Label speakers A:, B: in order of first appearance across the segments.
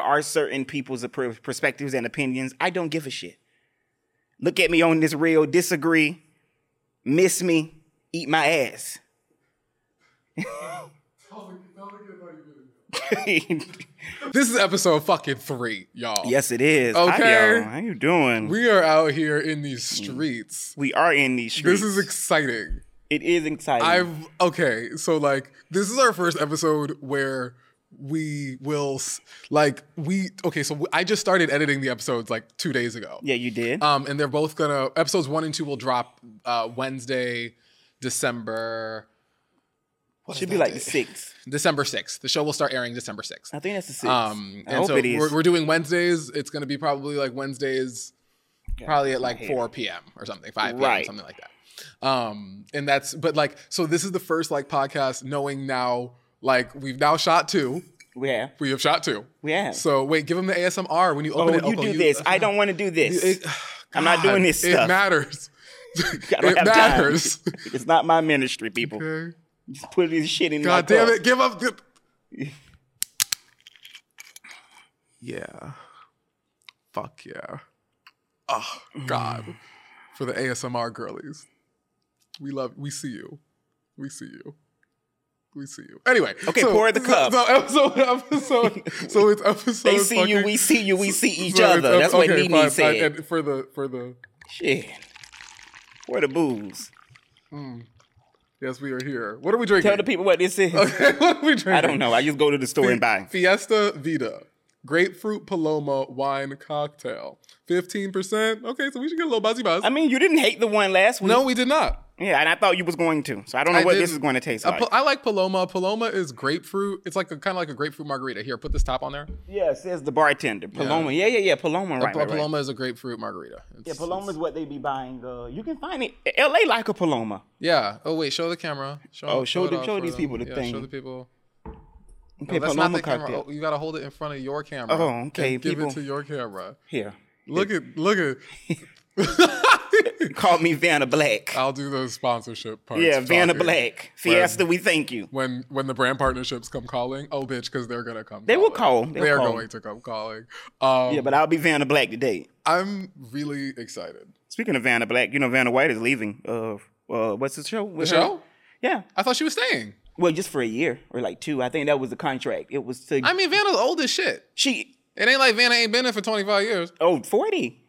A: are certain people's per- perspectives and opinions. I don't give a shit. Look at me on this reel, disagree, miss me, eat my ass.
B: This is episode fucking three, y'all.
A: yes, it is. Hi,
B: Okay.
A: y'all. How you doing? We,
B: We are out here in these streets.
A: are in these Mm. streets. Mm.
B: This is exciting.
A: it is exciting.
B: I've okay, so like this is our first episode where we will s- like we okay, so I just started editing the episodes like 2 days ago.
A: yeah, you did.
B: Um and they're both going to episodes 1 and 2 will drop uh Wednesday, December
A: Should be like the sixth.
B: December 6th. The show will start airing December 6th.
A: I think that's the sixth.
B: Um,
A: I
B: and
A: hope
B: so
A: it is.
B: We're, we're doing Wednesdays. It's going to be probably like Wednesdays, probably at like
A: hate
B: 4 p.m. or something, 5 p.m.
A: Right.
B: something like that. Um, and that's, but like, so this is the first like podcast knowing now, like, we've now shot two.
A: we have.
B: We have shot two.
A: We have.
B: So wait, give them the ASMR when you
A: oh,
B: open it.
A: you
B: Uncle,
A: do this. I don't want to do this. I'm not doing this
B: It
A: stuff.
B: matters.
A: I don't
B: it
A: have
B: matters.
A: time. it's not my ministry, people.
B: Okay.
A: Just put this shit in my
B: God damn
A: cup.
B: it! Give up. The... yeah. Fuck yeah. Oh God. For the ASMR girlies, we love. We see you. We see you. We see you. Anyway.
A: Okay, pour the cup.
B: So, so episode. Episode. So it's episode.
A: They see you,
B: fucking-
A: we see you, we see each
B: so it's
A: other.
B: ep-
A: That's what
B: okay,
A: Nene
B: fine, fine.
A: said.
B: And for the for the
A: Shit. Where the booze?
B: yes, we are here. What are we drinking?
A: Tell the people what this is.
B: what are we drinking?
A: I don't know. I just go to the store and buy.
B: Fiesta Vita. Grapefruit Paloma wine cocktail. 15%. Okay, so we should get a little buzzy buzz.
A: I mean, you didn't hate the one last week.
B: no, we did not.
A: Yeah, and I thought you was going to. So I don't know
B: I
A: what Oh, this
B: didn't.
A: is going to taste
B: I
A: like.
B: pa- I like Paloma. Paloma is grapefruit. It's like a kind of like a grapefruit margarita. Here, put this top on there.
A: yeah, says the bartender. Paloma. Yeah, yeah, yeah. Paloma, right,
B: Pa-
A: right, right.
B: Paloma is a grapefruit margarita.
A: Yeah,
B: It's-
A: Paloma's what they be buying. Uh, you can find it. L.A. like a Paloma.
B: Yeah. Oh wait, show the camera. Show,
A: Oh, show
B: it
A: the-
B: off
A: show
B: for
A: these
B: them.
A: people the
B: yeah,
A: thing.
B: Show the people. No,
A: Okay,
B: that's not
A: Paloma
B: the camera.
A: cocktail.
B: Oh, you gotta hold it in front of your camera.
A: Oh, okay,
B: And give
A: people-
B: it to your camera.
A: Here.
B: Look at look at.
A: Call me Vanna Black.
B: I'll do those sponsorship parts.
A: yeah, Vanna
B: Oh, talking.
A: Black. Fiesta, we thank you.
B: when when the brand partnerships come calling. Oh, bitch, because they're gonna come.
A: They will
B: calling.
A: call. They'll
B: They are
A: call.
B: going to come calling. Um,
A: Yeah, but I'll be Vanna Black today.
B: I'm really excited.
A: Speaking of Vanna Black, you know Vanna White is leaving. Uh, uh what's the show?
B: The show?
A: Yeah.
B: I thought she was staying.
A: Well, just for a year or like two. I think that was the contract. It was to
B: I mean, Vanna's old as shit.
A: she
B: It ain't like Vanna ain't been in for 25 years.
A: oh 40.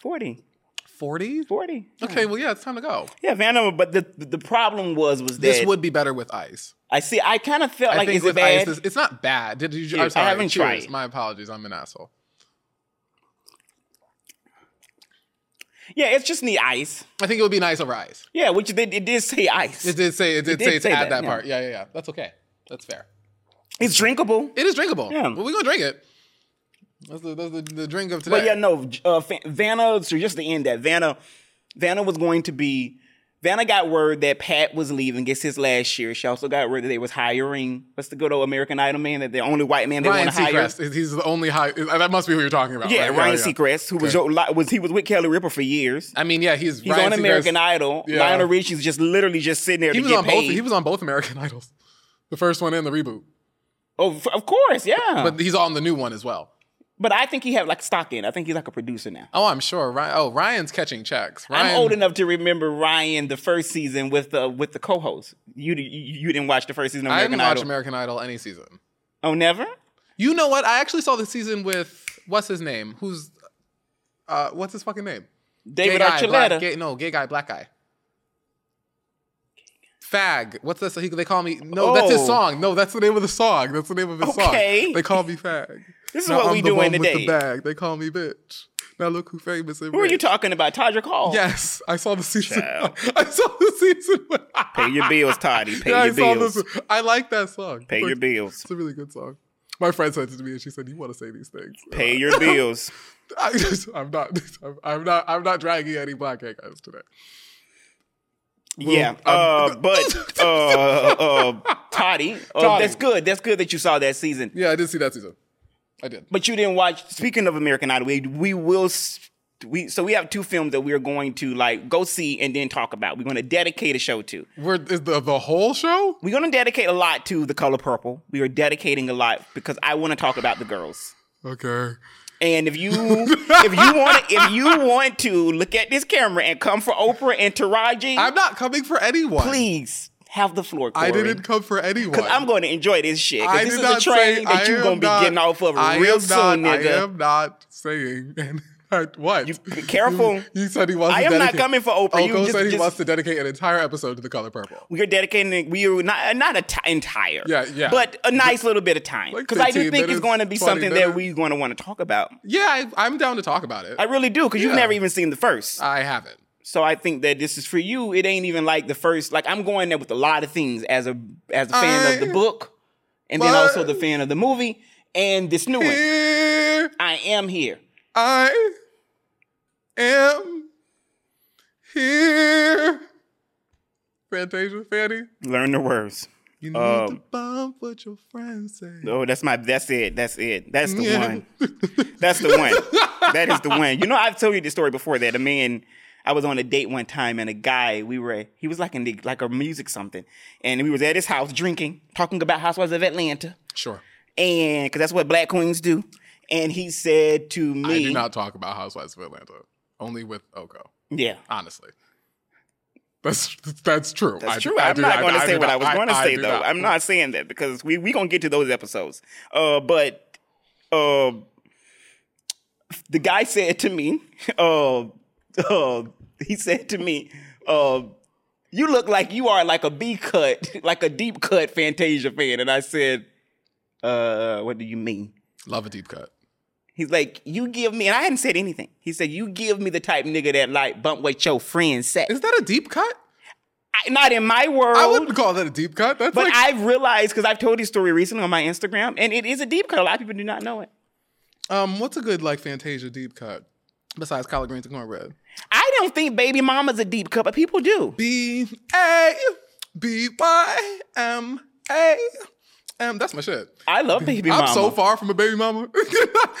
A: 40.
B: 40?
A: 40.
B: Okay, well, yeah, it's time to go.
A: Yeah, Vanna. But the the problem was was that
B: This would be better with ice.
A: I see. I kind of felt
B: I
A: like
B: think
A: is it
B: with
A: bad?
B: ice, this, it's not bad. Did you?
A: Cheers. I
B: I'm sorry.
A: haven't
B: Cheers.
A: tried.
B: My apologies. I'm an asshole.
A: Yeah, it's just need ice.
B: I think it would be nice over ice.
A: Yeah, which they, it did say ice.
B: It did say it did,
A: did
B: say, it's
A: say
B: add
A: that,
B: that,
A: yeah.
B: part. Yeah, yeah, yeah. That's okay. That's fair.
A: it's drinkable.
B: It is drinkable.
A: Yeah.
B: Well, we're gonna drink it. That's the, that's the, the drink of today.
A: But yeah, no, uh, Fa- Vanna. So just to end that, Vanna, Vanna was going to be. Vanna got word that Pat was leaving. It's his last year. She also got word that they was hiring. What's the good old American Idol man? That the only white man they
B: Ryan
A: want to hire.
B: Seacrest. is- He's the only high. That must be who you're talking about.
A: Yeah,
B: right?
A: Ryan
B: yeah.
A: Seacrest, who was your, li- was he was with Kelly Ripa for years.
B: I mean, yeah, he's
A: He's
B: Ryan
A: on
B: Seacrest.
A: American Idol.
B: Yeah.
A: Lionel Richie's just literally just sitting there
B: He
A: to
B: was
A: get
B: on both.
A: paid.
B: He was on both American Idols, the first one and the reboot.
A: oh, f- of course, yeah. But,
B: But he's on the new one as well.
A: I think he had like stock in. I think he's like a producer now.
B: Oh, I'm sure. Ryan. Oh, Ryan's catching checks. Ryan,
A: I'm old enough to remember Ryan the first season with the with the co-host. You you, you didn't watch the first season of
B: I
A: American
B: didn't
A: Idol.
B: watch American Idol any season.
A: Oh, never?
B: You know what? I actually saw the season with what's his name? Who's uh, what's his fucking name?
A: David
B: gay guy, black,
A: Archuleta.
B: gay, no, gay guy, black guy. Fag. What's this? He, they call me. No, that's his
A: Oh.
B: song. No, that's the name of the song. That's the name of his
A: Okay.
B: song. They call me fag.
A: This is
B: Now
A: what
B: I'm
A: we
B: the
A: doing
B: one With
A: today.
B: the bag. They call me bitch. Now look who famous and
A: Who are you
B: rich.
A: talking about? Todrick Hall.
B: Yes, I saw the season.
A: Child.
B: I saw the season. Pay
A: Pay your bills, Toddy. Pay
B: yeah, I
A: your
B: saw
A: bills.
B: this. I like that song.
A: Pay
B: It's
A: your
B: a-
A: bills.
B: It's a really good song. My friend sent it to me, and she said, "You want to say these things?"
A: Pay your bills.
B: I just, I'm not. I'm, I'm not. I'm not dragging any black gay guys today.
A: yeah. Uh, but uh, uh, Toddy, uh,
B: Toddy.
A: that's good. That's good that you saw that season.
B: Yeah, I did see that season. I did.
A: But you didn't watch. Speaking of American Idol, we we will s- we so we have two films that we are going to like go see and then talk about. We're going to dedicate a show to.
B: We're is the the whole show?
A: We're going to dedicate a lot to The Color Purple. We are dedicating a lot because I want to talk about the girls.
B: Okay.
A: And if you if you want to, if you want to look at this camera and come for Oprah and Taraji,
B: I'm not coming for anyone.
A: please have the floor. Corey.
B: I didn't come for anyone.
A: Because I'm going to enjoy this shit. 'Cause
B: I
A: this
B: did
A: is a train
B: I
A: that you're
B: am
A: going to be
B: not-
A: getting off of
B: I
A: real
B: am
A: soon,
B: not- I
A: nigga.
B: am not saying and what?
A: You, be careful.
B: You, said he wants
A: I
B: to
A: am not
B: dedicate-
A: coming for Oprah. You
B: Oko
A: just-
B: said he
A: just-
B: wants to dedicate an entire episode to the color purple.
A: We're dedicating. We are not not a t- entire.
B: Yeah, yeah.
A: But a nice little bit of time
B: Like
A: because I do
B: 15
A: think it's
B: minutes,
A: going to be
B: 20
A: something that
B: minutes.
A: we're going to want to talk about.
B: Yeah, I, I'm down to talk about it.
A: I really do because you've
B: Yeah.
A: never even seen the first.
B: I haven't.
A: So I think that this is for you. It ain't even like the first. Like I'm going there with a lot of things as a as a fan of
B: I-
A: the book, and then
B: Uh-huh. But-
A: also the fan of the movie and this new one.
B: Here
A: I am here.
B: I am here. Fantasia, Fanny,
A: Learn the words.
B: you need to
A: Um,
B: bump what your friends say.
A: Oh, that's my. That's it. That's it. That's the
B: Yeah.
A: one. That's the one. that is the one. You know, I've told you this story before. That a man, I was on a date one time, and a guy, we were, he was like in the, like a music something, and we was at his house drinking, talking about Housewives of Atlanta,
B: Sure.
A: and because that's what black queens do. And he said to me,
B: I do not talk about Housewives of Atlanta. Only with Oko,
A: "Yeah,
B: honestly. That's that's true.
A: That's
B: I-
A: true.
B: I
A: I'm
B: do-
A: not
B: I-
A: going to
B: I
A: say
B: do
A: what
B: not-
A: I was going to say
B: do
A: though. I'm not saying that because we we gonna get to those episodes. Uh, but uh, the guy said to me, uh, uh, he said to me, uh, you look like you are like a B cut, like a deep cut Fantasia fan, and I said, uh, what do you mean?
B: Love a deep cut.
A: He's like, you give me, and I hadn't said anything. He said, you give me the type nigga that like bump what your friends say.
B: Is that a deep cut?
A: I- not in my world.
B: I wouldn't call that a deep cut. That's
A: But
B: like
A: I've realized because I've told this story recently on my Instagram, and it is a deep cut. A lot of people do not know it.
B: um, what's a good like Fantasia deep cut besides collard greens and cornbread?
A: I don't think baby mama's a deep cut, but people do.
B: B A B Y M A M. That's my shit.
A: I love baby
B: I'm
A: mama.
B: so far from a baby mama.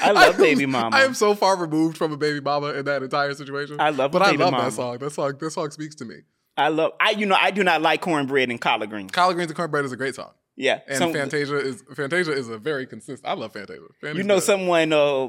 A: I love baby mama.
B: I am so far removed from a baby mama in that entire situation.
A: I love
B: but
A: baby
B: I love
A: mama.
B: that song. That song. That song speaks to me.
A: I love. I you know I do not like cornbread and collard greens.
B: Collard greens and cornbread is a great song,
A: Yeah,
B: and
A: Some-
B: Fantasia is Fantasia is a very consistent. I love Fantasia.
A: you
B: Fantasia
A: know someone. Uh,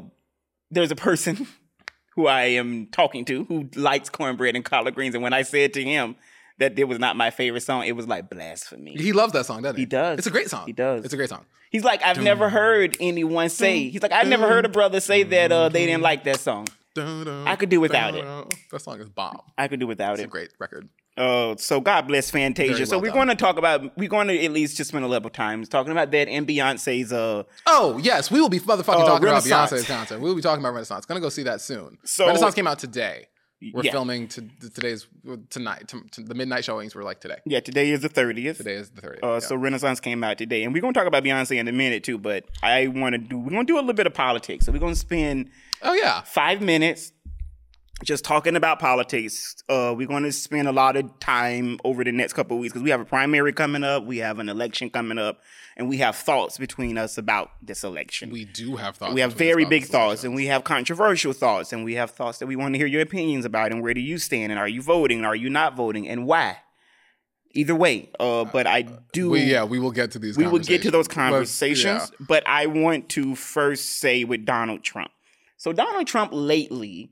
A: there's a person who I am talking to who likes cornbread and collard greens, and when I said to him that it was not my favorite song, it was like blasphemy.
B: He loves that song, doesn't he?
A: He does.
B: It's a great song.
A: He does.
B: It's a great song.
A: He's like, I've never heard anyone
B: Mm.
A: say. He's like, I've never heard a brother say that uh, they
B: Mm-hmm.
A: didn't like that song.
B: I
A: could do without it.
B: That song is bomb.
A: I could do without
B: It's a
A: it.
B: great record.
A: Oh, so God bless Fantasia.
B: Very
A: so
B: well
A: we're
B: done.
A: going to talk about we're going to at least just spend a level times talking about that and Beyonce's. Uh,
B: Oh yes, we will be motherfucking
A: Uh,
B: talking about
A: Renaissance.
B: Beyonce's concert. We will be talking about Renaissance. Gonna go see that soon.
A: So-
B: Renaissance came out today. We're
A: yeah.
B: filming to, today's tonight. To, to- the midnight showings were like today.
A: yeah, today is the thirtieth.
B: Today is the thirtieth.
A: Uh, So Renaissance came out today, and we're going to talk about Beyonce in a minute too. But I want to do we're going to do a little bit of politics. So we're going to spend
B: oh yeah,
A: five minutes just talking about politics. Uh, we're going to spend a lot of time over the next couple of weeks because we have a primary coming up, we have an election coming up, and we have thoughts between us about this election.
B: we do have thoughts.
A: We have
B: between us
A: very
B: about
A: big
B: this
A: thoughts, and we have controversial thoughts, and we have thoughts that we want to hear your opinions about, and where do you stand, and are you voting, and are you not voting, and why? Either way, uh, but I do.
B: We, yeah, we will get to these.
A: we will get to those
B: Let's- yeah.
A: conversations, but I want to first say with Donald Trump. So Donald Trump lately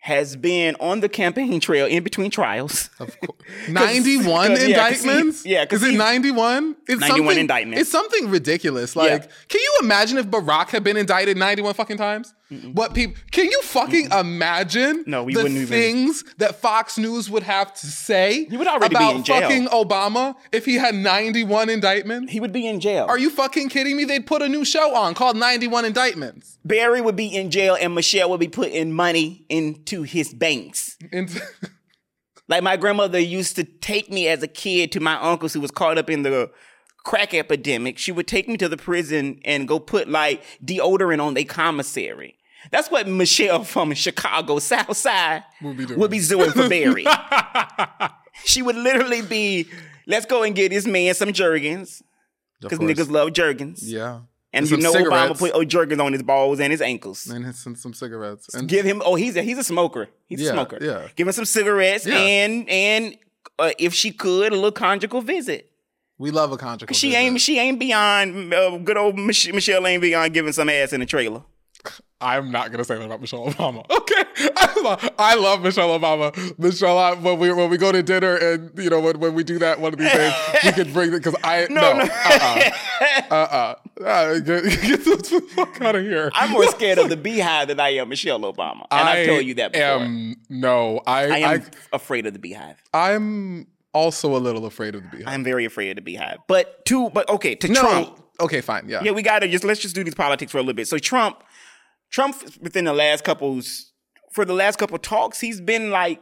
A: has been on the campaign trail in between trials.
B: Of course.
A: 'cause-
B: 91
A: yeah, 'cause he-
B: indictments?
A: yeah, 'cause
B: Is it
A: he's-
B: 91? It's
A: 91
B: something,
A: indictments.
B: It's something ridiculous. Like, can you imagine if Barack had been indicted 91 fucking times? What people can you fucking imagine
A: No, we
B: the
A: wouldn't even-
B: things that Fox News would have to say
A: would already be
B: about
A: in jail.
B: fucking Obama if he had 91 indictments?
A: He would be in jail.
B: Are you fucking kidding me? They'd put a new show on called 91 Indictments.
A: Barry would be in jail, and Michelle would be putting money into his banks.
B: And
A: Like my grandmother used to take me as a kid to my uncle's who was caught up in the crack epidemic. She would take me to the prison and go put like deodorant on their commissary. That's what Michelle from Chicago South Side would
B: be
A: be,
B: doing.
A: doing for Barry. she would literally be, let's go and get this man some Jergens because niggas love Jergens.
B: Yeah.
A: And you
B: some
A: know Obama
B: cigarettes.
A: put oh, Jergens on his balls and his ankles.
B: and his- and some cigarettes. And
A: Give him. Oh, he's a, he's a smoker. He's
B: Yeah,
A: a smoker.
B: yeah.
A: Give him some cigarettes
B: Yeah.
A: and and uh, if she could, a little conjugal visit.
B: we love a conjugal.
A: She
B: visit.
A: ain't she ain't beyond uh, good old Mich- Michelle ain't beyond giving some ass in a trailer.
B: I'm not gonna say that about Michelle Obama. Okay, I love, I love Michelle Obama. Michelle, when we when we go to dinner and you know when, when we do that one of these days, we can bring it because I
A: No, no.
B: no, uh uh-uh, uh uh get, get the fuck out of here.
A: I'm more scared of the beehive than I am Michelle Obama. And I, told you that before.
B: Am, no, I,
A: I am
B: I
A: afraid of the beehive.
B: I'm also a little afraid of the beehive.
A: I'm very afraid of the beehive. But to but okay, to
B: no,
A: Trump.
B: okay, fine, yeah,
A: Yeah, we gotta just let's just do these politics for a little bit. So Trump, Trump within the last couple's for the last couple talks, he's been like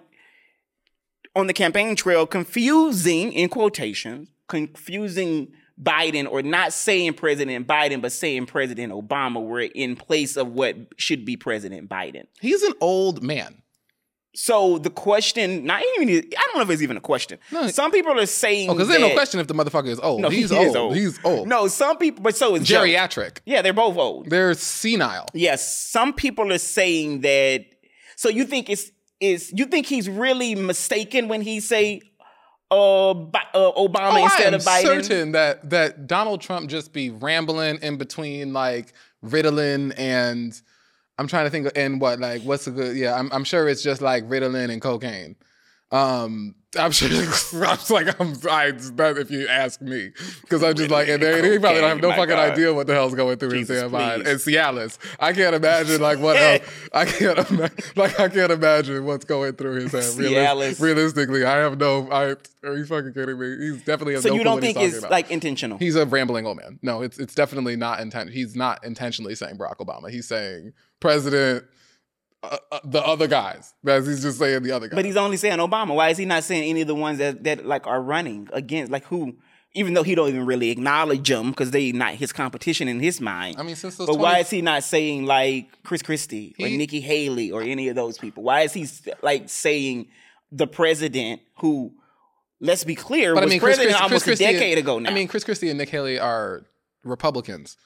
A: on the campaign trail, confusing in quotations, confusing Biden or not saying President Biden, but saying President Obama, were in place of what should be President Biden.
B: he's an old man.
A: So the question, not even, I don't know if it's even a question.
B: No.
A: Some people are saying
B: Oh, because there's no
A: that-
B: question if the motherfucker is old.
A: No,
B: he's
A: he
B: old.
A: is old.
B: He's old.
A: No, some people, but so is Joe.
B: geriatric.
A: Yeah, they're both old.
B: They're senile.
A: Yes, some people are saying that. So you think it's is you think he's really mistaken when he say uh, Bi- uh Obama
B: Oh, I
A: instead
B: am
A: of Biden?
B: certain that that Donald Trump just be rambling in between like Ritalin and I'm trying to think and what like what's a good yeah I'm I'm sure it's just like Ritalin and cocaine. Um, I'm sure I'm like I'm I, that if you ask me because I'm just like and they, he probably don't have no
A: My
B: fucking
A: God.
B: idea what the hell's going through his
A: Jesus,
B: damn mind.
A: please.
B: And Cialis, I can't imagine like what else. I can't ima- like I can't imagine what's going through his head.
A: Cialis.
B: realistically, I have no. I are you fucking kidding me? He's definitely has
A: So
B: no
A: you
B: clue
A: don't
B: what he's
A: think
B: talking
A: it's
B: about.
A: like intentional?
B: He's a rambling old man. No, it's it's definitely not intent. He's not intentionally saying Barack Obama. He's saying President, uh, uh, the other guys. As he's just saying the other guys.
A: but he's only saying Obama. Why is he not saying any of the ones that that like are running against like who? Even though he don't even really acknowledge them because they not his competition in his mind.
B: I mean, since those
A: But why
B: 20
A: is he not saying like Chris Christie or
B: He-
A: Nikki Haley or any of those people? Why is he s- like saying the president who, let's be clear, was president
B: Christie-
A: almost a
B: Christie and-
A: decade ago now?
B: I mean, Chris Christie and Nick Haley are Republicans,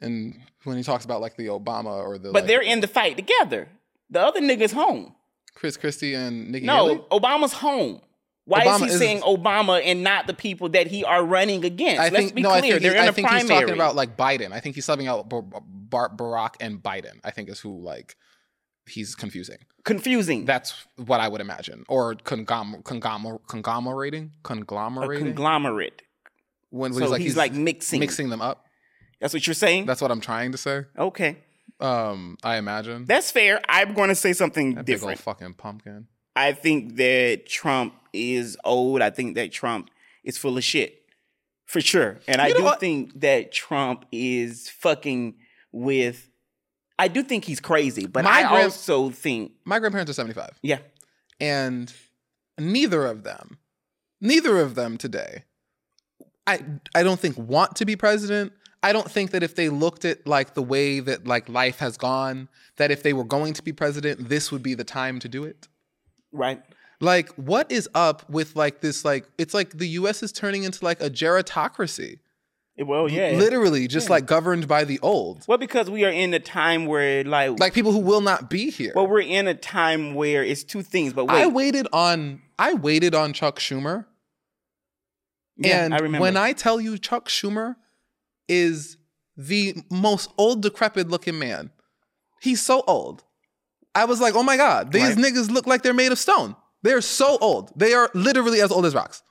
B: and when he talks about like the Obama or the
A: but
B: like,
A: they're in the fight together. The other nigga's home.
B: Chris Christie and Nikki
A: No,
B: Haley.
A: Obama's home. Why is
B: Obama
A: he
B: is-
A: saying Obama and not the people that he are running against?
B: I
A: Let's
B: think
A: be
B: no.
A: clear.
B: I think,
A: they're
B: he,
A: in
B: I
A: a
B: think
A: primary.
B: he's talking about like Biden. I think he's subbing out Bar- Bar- Barack and Biden. I think is who like he's confusing.
A: confusing.
B: That's what I would imagine, or conglomer- conglomer- conglomerating,
A: a
B: conglomerating.
A: conglomerate.
B: when
A: So he's, like mixing.
B: mixing them up.
A: That's what you're saying.
B: That's what I'm trying to say.
A: okay,
B: Um, I imagine
A: that's fair. I'm going to say something
B: That big
A: different.
B: old fucking pumpkin.
A: I think that Trump is old. I think that Trump is full of shit. For sure. And I
B: You know
A: do
B: what?
A: think that Trump is fucking with I do think he's crazy, but
B: My
A: I
B: grand-
A: also think
B: My grandparents are 75.
A: yeah.
B: and neither of them neither of them today i i don't think want to be president i don't think that if they looked at like the way that like life has gone that if they were going to be president this would be the time to do it
A: Right.
B: like what is up with like this like it's like the us is turning into like a gerontocracy
A: Eh, Well, yeah.
B: literally just like governed by the old
A: well, because we are in a time where like,
B: like people who will not be here
A: well, we're in a time where it's two things, but wait.
B: i waited on i waited on chuck schumer
A: yeah,
B: and
A: I remember.
B: when I tell you Chuck Schumer is the most old, decrepit looking man, he's so old. I was like, oh my God, these
A: Right.
B: niggas look like they're made of stone. They're so old. They are literally as old as rocks.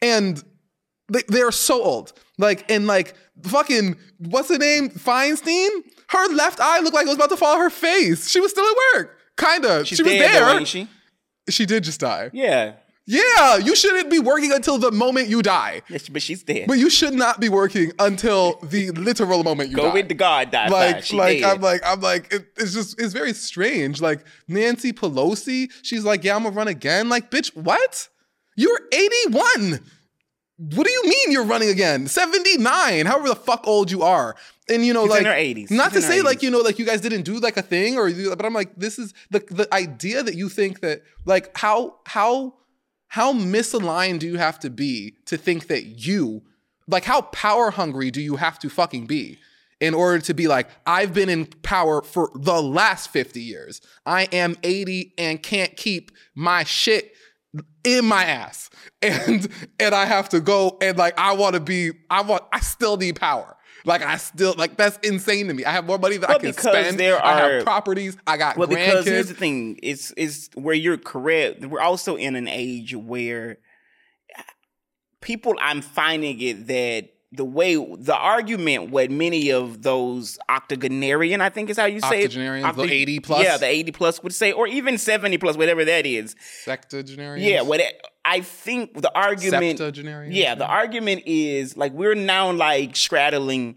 B: And they, they are so old. Like, and like, fucking, what's her name? Feinstein? Her left eye looked like it was about to fall on her face. She was still at work. Kinda.
A: She's
B: she was
A: dead though,
B: there.
A: ain't she?
B: she did just die.
A: Yeah.
B: Yeah, you shouldn't be working until the moment you die.
A: Yeah, she- But she's dead.
B: But you should not be working until the literal moment you
A: Go
B: die.
A: with the God die.
B: like,
A: She
B: like
A: dead.
B: I'm like I'm like it, it's just it's very strange. Like Nancy Pelosi, she's like, yeah, I'm gonna run again. Like, bitch, what? You're 81. What do you mean you're running again? 79, however the fuck old you are. And you know,
A: She's in
B: like
A: her 80s.
B: Not
A: She's
B: to
A: in her
B: say like
A: 80s.
B: you know, like you guys didn't do like a thing or you, but I'm like, this is the the idea that you think that like how how how misaligned do you have to be to think that you like how power hungry do you have to fucking be in order to be like i've been in power for the last 50 years i am 80 and can't keep my shit in my ass and and i have to go and like i want to be i want i still need power Like I still like that's insane to me. I have more money than I
A: Well,
B: can
A: because
B: spend.
A: there
B: I
A: are-
B: have properties. I got
A: Well, because here's the
B: grandkids.
A: thing: it's it's where you're correct. We're also in an age where people, I'm finding it that the way the argument, what many of those octogenarian, I think is how you say
B: Octogenarians,
A: it,
B: the 80 plus?
A: yeah, the eighty plus would say, or even seventy plus, whatever that is.
B: Sectagenarians.
A: Yeah, what it- I think the argument,
B: Septuagenarians.
A: yeah, the argument is like we're now like straddling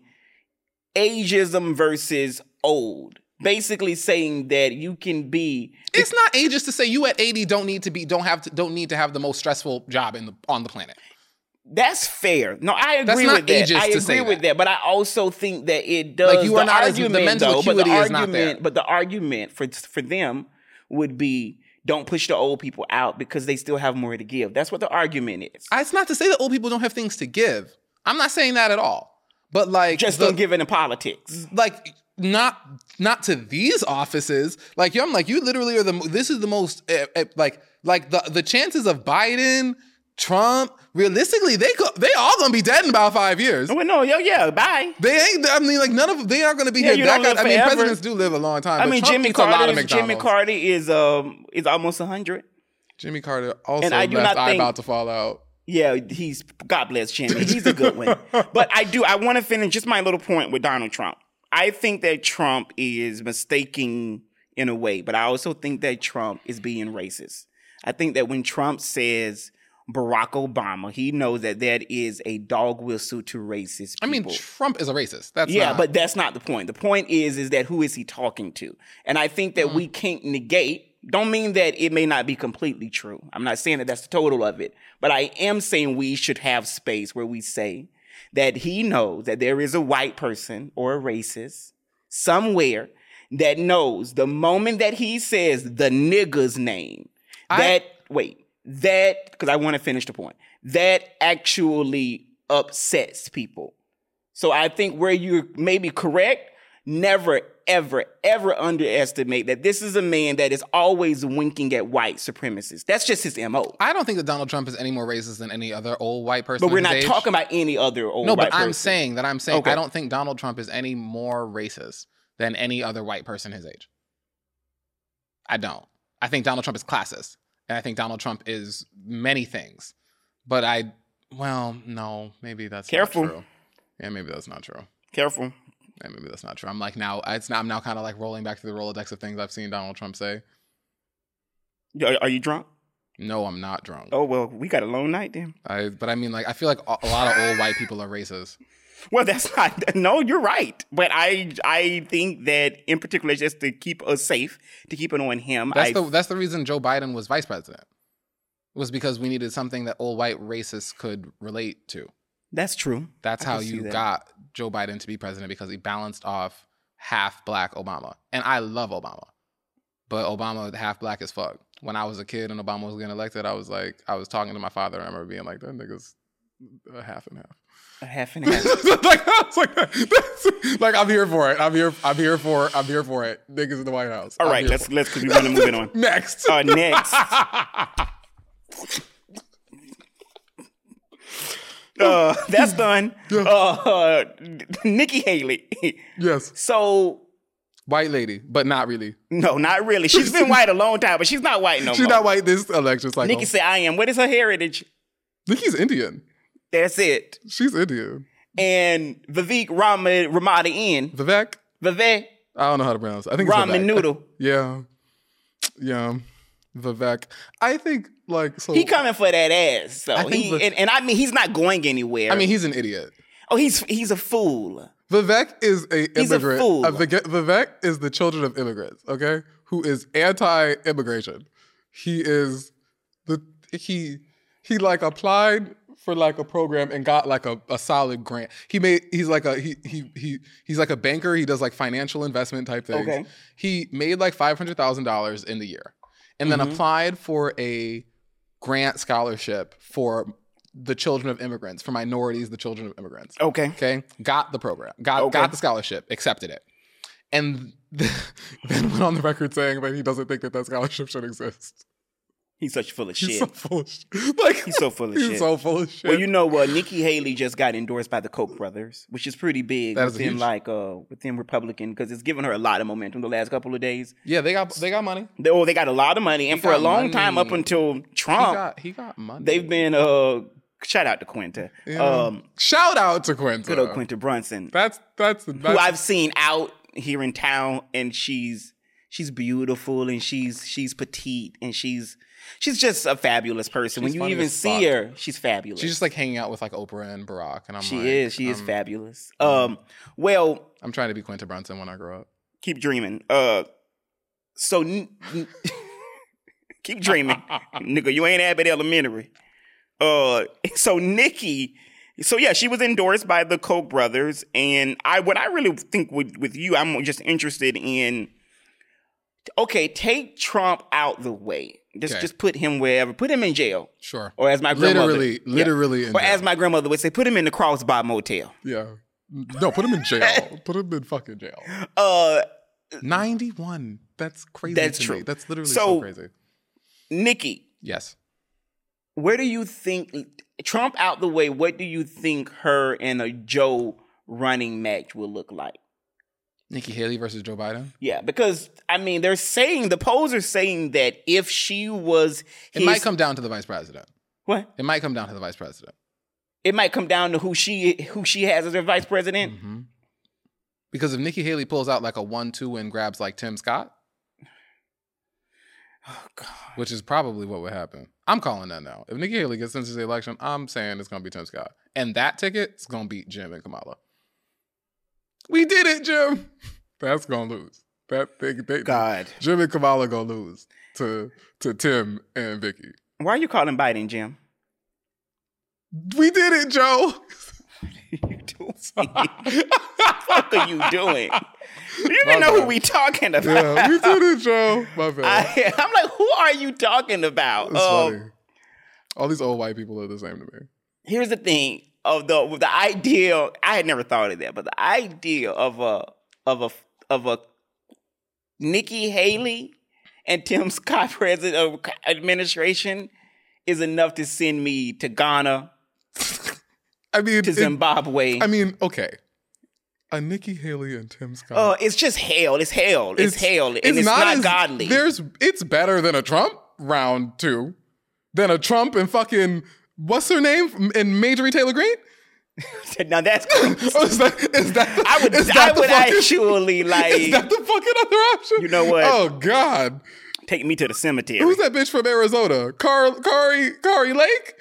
A: ageism versus old. Basically saying that you can be
B: It's not ageist to say you at 80 don't need to be don't have to, don't need to have the most stressful job in the on the planet.
A: That's fair. No, I agree
B: That's not
A: with that.
B: ageist
A: I
B: to
A: agree
B: say
A: with that.
B: that.
A: but I also think that it does.
B: you are
A: the
B: not as- the
A: argument, though,
B: mental
A: but the
B: acuity is not
A: argument,
B: there.
A: But the argument for for them would be don't push the old people out because they still have more to give. That's what the argument is.
B: It's not to say that old people don't have things to give. I'm not saying that at all. But like
A: Just
B: the-
A: don't give it in politics.
B: like not not to these offices. Like yo, I'm like you literally are the mo- this is the most eh, eh, like like the the chances of Biden, Trump, realistically they co- they all gonna be dead in about five years.
A: Well, no, yo, yeah, bye.
B: They ain't. I mean, like none of they aren't going to be
A: Yeah, you
B: here. That
A: don't
B: guy,
A: live
B: I mean,
A: forever.
B: presidents do live a long time.
A: I
B: but
A: mean,
B: Trump
A: Jimmy
B: eats a lot
A: Carter.
B: of
A: Is, Jimmy
B: McDonald's.
A: Carter is um is almost hundred.
B: Jimmy Carter also
A: And I do
B: left
A: not
B: I
A: think-
B: about to fall out.
A: Yeah, he's God bless Jimmy. He's a good one. But I do I want to finish just my little point with Donald Trump. I think that Trump is mistaking in a way, but I also think that Trump is being racist. I think that when Trump says Barack Obama, he knows that that is a dog whistle to racist people.
B: I mean, Trump is a racist. That's
A: Yeah,
B: not-
A: but that's not the point. The point is, is that who is he talking to? And I think that
B: Mm-hmm.
A: we can't negate. Don't mean that it may not be completely true. I'm not saying that that's the total of it, but I am saying we should have space where we say that he knows that there is a white person or a racist somewhere that knows the moment that he says the nigger's name,
B: I-
A: that wait, that because I want to finish the point. That actually upsets people. So I think where you're maybe correct, never, ever, ever underestimate that this is a man that is always winking at white supremacists. That's just his MO.
B: I don't think that Donald Trump is any more racist than any other old white person.
A: But we're
B: of his
A: not
B: age.
A: talking about any other old
B: No,
A: white
B: but I'm
A: person.
B: saying that I'm saying
A: Okay.
B: I don't think Donald Trump is any more racist than any other white person his age. I don't. I think Donald Trump is classist, and I think Donald Trump is many things. But I, well, no, maybe that's not
A: Careful.
B: true. Yeah, maybe that's not true.
A: Careful.
B: Yeah, maybe that's not true. I'm like now, it's now, I'm now kind of like rolling back through the Rolodex of things I've seen Donald Trump say.
A: Are, are you drunk?
B: No, I'm not drunk.
A: Oh well, we got a long night then.
B: I, but I mean, like, I feel like a a lot of old white people are racist.
A: Well, that's not. No, you're right. But I, I think that in particular, just to keep us safe, to keep it on him.
B: That's
A: I,
B: the that's the reason Joe Biden was vice president. Was because we needed something that old white racists could relate to.
A: that's true.
B: That's
A: I can
B: how
A: see
B: you
A: that.
B: got Joe Biden to be president because he balanced off half black Obama. And I love Obama. But Obama half black as fuck. When I was a kid and Obama was getting elected, I was like, I was talking to my father and I remember being like, that nigga's a half and half.
A: A half and half.
B: like, I was like, that's- like, I'm here for it. I'm here. I'm here for. I'm here for it. Niggas in the White House.
A: All
B: I'm
A: right,
B: here
A: let's
B: for
A: let's because we want to move it on.
B: it. next.
A: Uh, next. uh, that's done. Uh, Nikki Haley.
B: yes,
A: so
B: white lady, but not really.
A: no, not really. She's been white a long time, but she's not white no
B: She's
A: more.
B: not white this election cycle.
A: Nikki said, "I am." What is her heritage?
B: Nikki's Indian.
A: That's it.
B: She's Indian.
A: And Vivek Rama Ramada in
B: Vivek.
A: Vivek
B: I don't know how to pronounce. It. I think it's
A: Ramen
B: Vivek.
A: Noodle.
B: Yeah, yeah. Vivek. I think like so.
A: He coming for that ass. So
B: I think
A: he
B: the-
A: and, and I mean he's not going anywhere.
B: I mean, he's an idiot.
A: oh, he's he's a fool.
B: Vivek is a
A: He's a
B: immigrant.
A: fool.
B: Uh, Vige- Vivek is the children of immigrants. Okay, who is anti-immigration? He is the he he like applied for like a program and got like a, a solid grant. He made he's like a he he he he's like a banker. He does like financial investment type things.
A: Okay.
B: He made like five hundred thousand dollars in the year, and
A: Mm-hmm.
B: then applied for a grant scholarship for the children of immigrants for minorities, the children of immigrants.
A: Okay.
B: Okay. Got the program. Got
A: Okay.
B: got the scholarship. Accepted it. And then went on the record saying that he doesn't think that that scholarship should exist.
A: He's such full of
B: He's
A: shit.
B: so full of shit. Like
A: He's so full of
B: he's
A: shit.
B: so full of shit.
A: well, you know, uh, Nikki Haley just got endorsed by the Koch brothers, which is pretty big
B: That is
A: within
B: huge.
A: like uh within Republican because it's given her a lot of momentum the last couple of days.
B: yeah, they got they got money.
A: They, oh, they got a lot of money, and for a
B: got
A: long time
B: money.
A: up until
B: He
A: Trump,
B: got he got money.
A: they've been uh shout out to Quinta,
B: Yeah.
A: um,
B: Shout out to Quinta.
A: good old Quinta Brunson,
B: That's that's
A: who
B: that's
A: I've seen out here in town, and she's she's beautiful and she's she's petite and she's she's just a fabulous person.
B: She's
A: when
B: funny
A: you even
B: as
A: see
B: fuck.
A: her, she's fabulous.
B: she's just like hanging out with like Oprah and Barack, and I'm
A: she
B: like,
A: is she is
B: I'm-
A: fabulous. Um, well.
B: I'm trying to be Quinta Brunson when I grow up.
A: keep dreaming. Uh, so n- n- keep dreaming, nigga. You ain't Abbott Elementary. Uh, so Nikki. So yeah, she was endorsed by the Koch brothers, and I what I really think with with you, I'm just interested in. Okay, take Trump out the way. Just
B: Okay.
A: just put him wherever. Put him in jail,
B: Sure.
A: or as my grandmother,
B: literally,
A: Yeah.
B: literally. in
A: or
B: jail.
A: as my grandmother would say, put him in the crossbar motel.
B: yeah. No, put him in jail. put him in fucking jail.
A: Uh,
B: Ninety-one. That's crazy.
A: That's
B: to me.
A: true.
B: That's literally so
A: So-
B: crazy.
A: Nikki,
B: Yes.
A: where do you think Trump out the way? What do you think her and a Joe running match will look like?
B: Nikki Haley versus Joe Biden.
A: Yeah, because I mean, they're saying the polls are saying that if she was,
B: It
A: his,
B: might come down to the vice president.
A: What?
B: It might come down to the vice president.
A: It might come down to who she who she has as her vice president.
B: hmm Because if Nikki Haley pulls out like a one-two and grabs like Tim Scott,
A: Oh God.
B: which is probably what would happen, I'm calling that now. If Nikki Haley gets into the election, I'm saying it's going to be Tim Scott, and that ticket's going to beat Jim and Kamala. We did it, Jim. That's going to lose. That thing, they,
A: God.
B: Jim and Kamala going to lose to to Tim and Vicky.
A: Why are you calling Biden, Jim?
B: We did it, Joe.
A: What are you doing? What are you doing? You don't
B: My
A: even know who
B: bad.
A: we talking about.
B: yeah, we did it, Joe. My bad.
A: I, am like, who are you talking about?
B: It's
A: Um,
B: funny. All these old white people are the same to me.
A: here's the thing of the with the idea I had never thought of that, but the idea of a of a of a Nikki Haley and Tim Scott president of administration is enough to send me to Ghana
B: I mean,
A: to
B: it-
A: Zimbabwe.
B: I mean, okay. A Nikki Haley and Tim Scott.
A: oh, it's just hell. It's hell. It's, hell, and it's, not,
B: as-
A: godly.
B: There's, it's better than a Trump round two, than a Trump and fucking what's her name and Marjorie Taylor Greene.
A: now that's cool.
B: Oh, is that is that?
A: I would
B: is
A: I
B: that the
A: would
B: fucking-
A: actually
B: Is
A: like
B: that the fucking other option?
A: You know what?
B: Oh God,
A: take me to the cemetery.
B: who's that bitch from Arizona? Car, Kari, Kari Lake.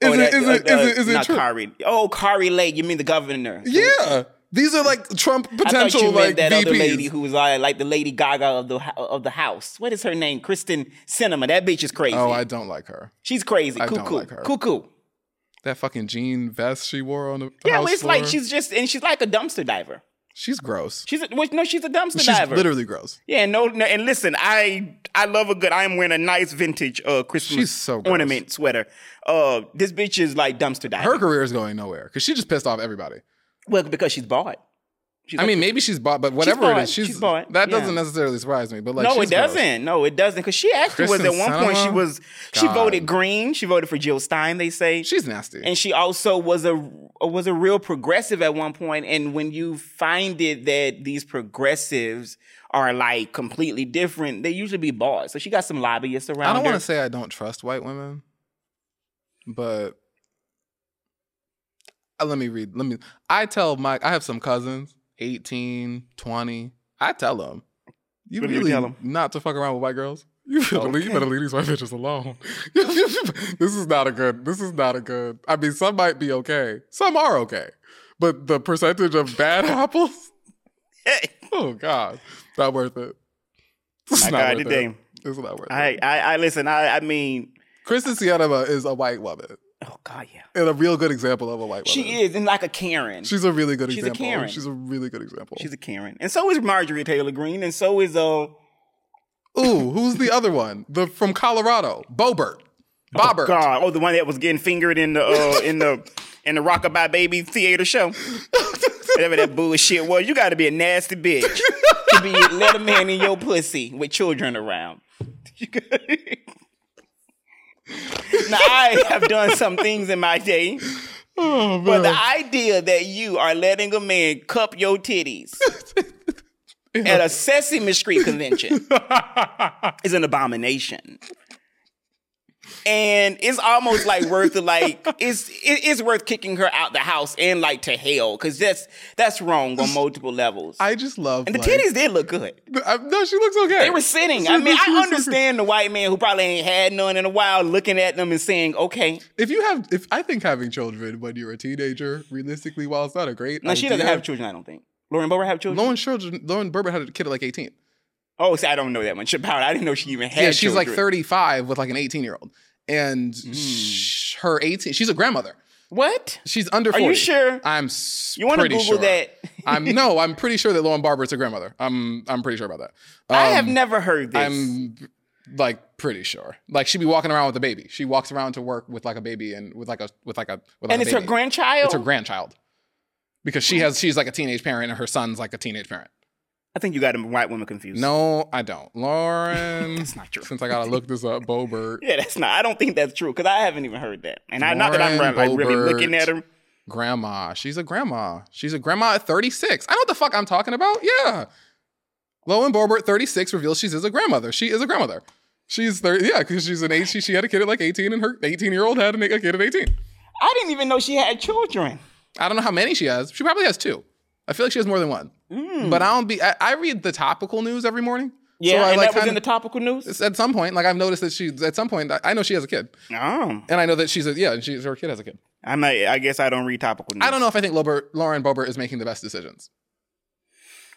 B: Is
A: Oh,
B: it?
A: that-
B: Is it?
A: uh,
B: Is it?
A: uh,
B: Is it?
A: not
B: Trump?
A: Kari. Oh, Kari Lake. You mean the governor?
B: Yeah, these are like Trump
A: I thought
B: potential
A: you meant
B: like
A: that
B: VPs.
A: other lady who was uh, like the Lady Gaga of the of the house. What is her name? Kristen Cinema. That bitch is crazy.
B: oh, I don't like her.
A: She's crazy.
B: I don't
A: cuckoo.
B: like her.
A: Cuckoo.
B: That fucking jean vest she wore on the
A: Yeah,
B: house
A: well, it's like
B: floor.
A: she's just and she's like a dumpster diver.
B: she's gross.
A: She's a, well, no, she's a dumpster
B: She's
A: diver.
B: literally gross.
A: yeah, no, no, and listen, I I love a good. I am wearing a nice vintage uh Christmas
B: She's so gross.
A: ornament sweater. Uh, this bitch is like dumpster diver.
B: Her career is going nowhere because she just pissed off everybody.
A: well, because she's bought. She's
B: I
A: like-
B: mean, maybe she's bought, but whatever it
A: bought.
B: is, she's,
A: She's bought.
B: that
A: Yeah.
B: doesn't necessarily surprise me. But like,
A: no,
B: she's
A: it
B: gross.
A: doesn't. No, it doesn't. Because she actually was at
B: Kristen
A: one point. She
B: Cinema?
A: was she
B: God.
A: voted green. She voted for Jill Stein. They say
B: She's nasty.
A: and she also was a was a real progressive at one point and when you find it that these progressives are like completely different they usually be bought so she got some lobbyists around
B: I don't want
A: her.
B: to say I don't trust white women, but uh, let me read. Let me. I tell my. I have some cousins, 18, 20. I tell them, you
A: What do you
B: really
A: tell 'em?
B: not to fuck around with white girls. You better, leave, you
A: Okay.
B: better leave these white bitches alone. this is not a good. This is not a good. I mean, some might be okay. Some are okay, but the percentage of bad apples. Oh God, not worth it. It's
A: I
B: not
A: got
B: worth
A: it,
B: it.
A: damn.
B: It's not worth it.
A: I, I i listen i i mean
B: Kristen Cianema is a white woman
A: oh god yeah
B: and a real good example of a white woman.
A: she is and like a karen
B: She's a really good
A: She's a
B: example.
A: Karen.
B: She's a really good example.
A: she's a karen and so is marjorie taylor green and so is uh
B: Ooh, who's the other one? The from Colorado, Bobert, Bobert.
A: god oh the one that was getting fingered in the uh in the in the rockabye baby theater show whatever that bullshit was. You got to be a nasty bitch to be let a man in your pussy with children around. You got- Now I have done some things in my day,
B: Oh
A: but the
B: man.
A: idea that you are letting a man cup your titties at a Sesame Street convention is an abomination. And it's almost like worth like it's it is worth kicking her out the house and like to hell because that's that's wrong on multiple levels.
B: I just love
A: and the
B: like-
A: titties did look good.
B: I- no, she looks okay.
A: They were sitting. I
B: She-
A: mean,
B: she
A: I
B: was so
A: understand the white man who probably ain't had none in a while looking at them and saying, okay.
B: If you have, if I think having children when you're a teenager, realistically, while it's not a great,
A: No, she doesn't
B: idea,
A: have children, I don't think. Lauren Bober have children?
B: Lauren children. Lauren Bourbon had a kid at like 18.
A: Oh, see, I don't know that much about it. I didn't know she even had
B: yeah, she's like
A: children. Hmm.
B: 35 with like an 18 year old, and sh- her 18. She's a grandmother.
A: What?
B: She's under.
A: Are
B: 40.
A: you sure?
B: I'm. s-
A: You want to
B: pretty
A: Google
B: sure.
A: that?
B: I'm no. I'm pretty sure that Lauren Barber is a grandmother. I'm. I'm pretty sure about that.
A: I have
B: Um,
A: never heard this.
B: I'm like pretty sure. Like she'd be walking around with a baby. She walks around to work with like a baby and with like a with like a with like
A: and
B: a
A: it's her
B: baby.
A: grandchild?
B: It's her grandchild. Because she has she's like a teenage parent and her son's like a teenage parent.
A: I think you got a white woman confused.
B: No, I don't. Lauren
A: That's not true.
B: Since I gotta look this up, Bobert,
A: Yeah, that's not. I don't think that's true because I haven't even heard that. And I, not that I'm
B: Lauren
A: like, really
B: Boebert.
A: looking at her.
B: grandma. She's a grandma. She's a grandma at 36. I know what the fuck I'm talking about. Yeah. Lauren Borbert, 36, reveals she's is a grandmother. She is a grandmother. She's 30, yeah, because she's an age. She, she had a kid at like 18, and her 18 year old had a a kid at 18.
A: I didn't even know she had children.
B: I don't know how many she has. She probably has two. I feel like she has more than one. But I don't be. I, I read the topical news every morning.
A: Hmm. Yeah,
B: I
A: and that was
B: kinda-
A: in the topical news.
B: at some point. Like I've noticed that she at some point. I- I know she has a kid,
A: Oh,
B: and I know that she's a yeah. She her kid has a kid.
A: I might. I guess I don't read topical news.
B: I don't know if I think Lobert, Lauren Boebert is making the best decisions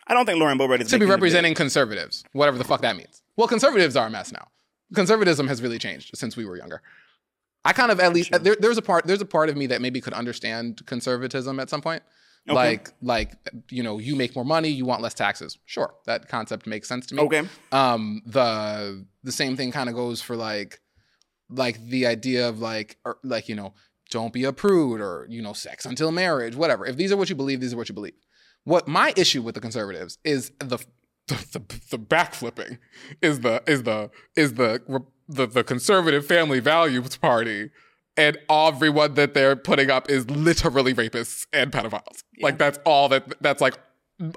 A: I don't think Lauren Boebert is
B: to
A: making
B: be
A: the-
B: representing conservatives, whatever the fuck that means. Well, conservatives are a mess now. Conservatism has really changed since we were younger. I kind of at least there, there's a part there's a part of me that maybe could understand conservatism at some point.
A: Okay.
B: Like like you know you make more money you want less taxes. Sure, that concept makes sense to me.
A: Okay.
B: Um the the same thing kind of goes for like like the idea of like or, like you know don't be a prude or you know sex until marriage whatever. If these are what you believe, these are what you believe. What my issue with the conservatives is the the, the, the backflipping is the is the is the the the conservative family values party and everyone that they're putting up is literally rapists and pedophiles like that's all that that's like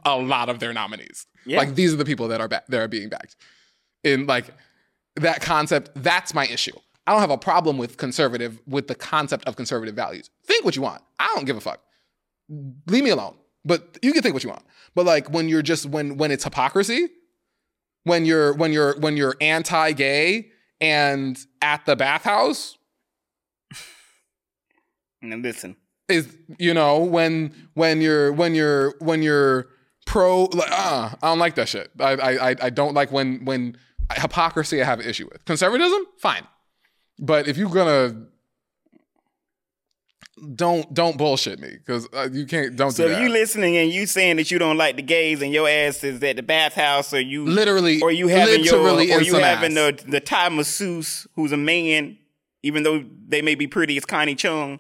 B: a lot of their nominees
A: Yeah.
B: like these are the people that are back that are being backed in like that concept that's my issue i don't have a problem with conservative with the concept of conservative values think what you want i don't give a fuck leave me alone. But you can think what you want. But like when you're just when when it's hypocrisy, when you're when you're when you're anti-gay and at the bathhouse
A: Now listen,
B: is you know when when you're when you're when you're pro like uh, I don't like that shit. I I I- I don't like when when hypocrisy I have an issue with. Conservatism, fine. But if you're gonna don't don't bullshit me because uh, you can't don't
A: so
B: do that.
A: if you listening and you saying that you don't like the gays and your ass is at the bathhouse or you
B: literally
A: or you having your or
B: literally in
A: you
B: some
A: having
B: ass.
A: the the Thai masseuse who's a man, even though they may be pretty as Connie Chung,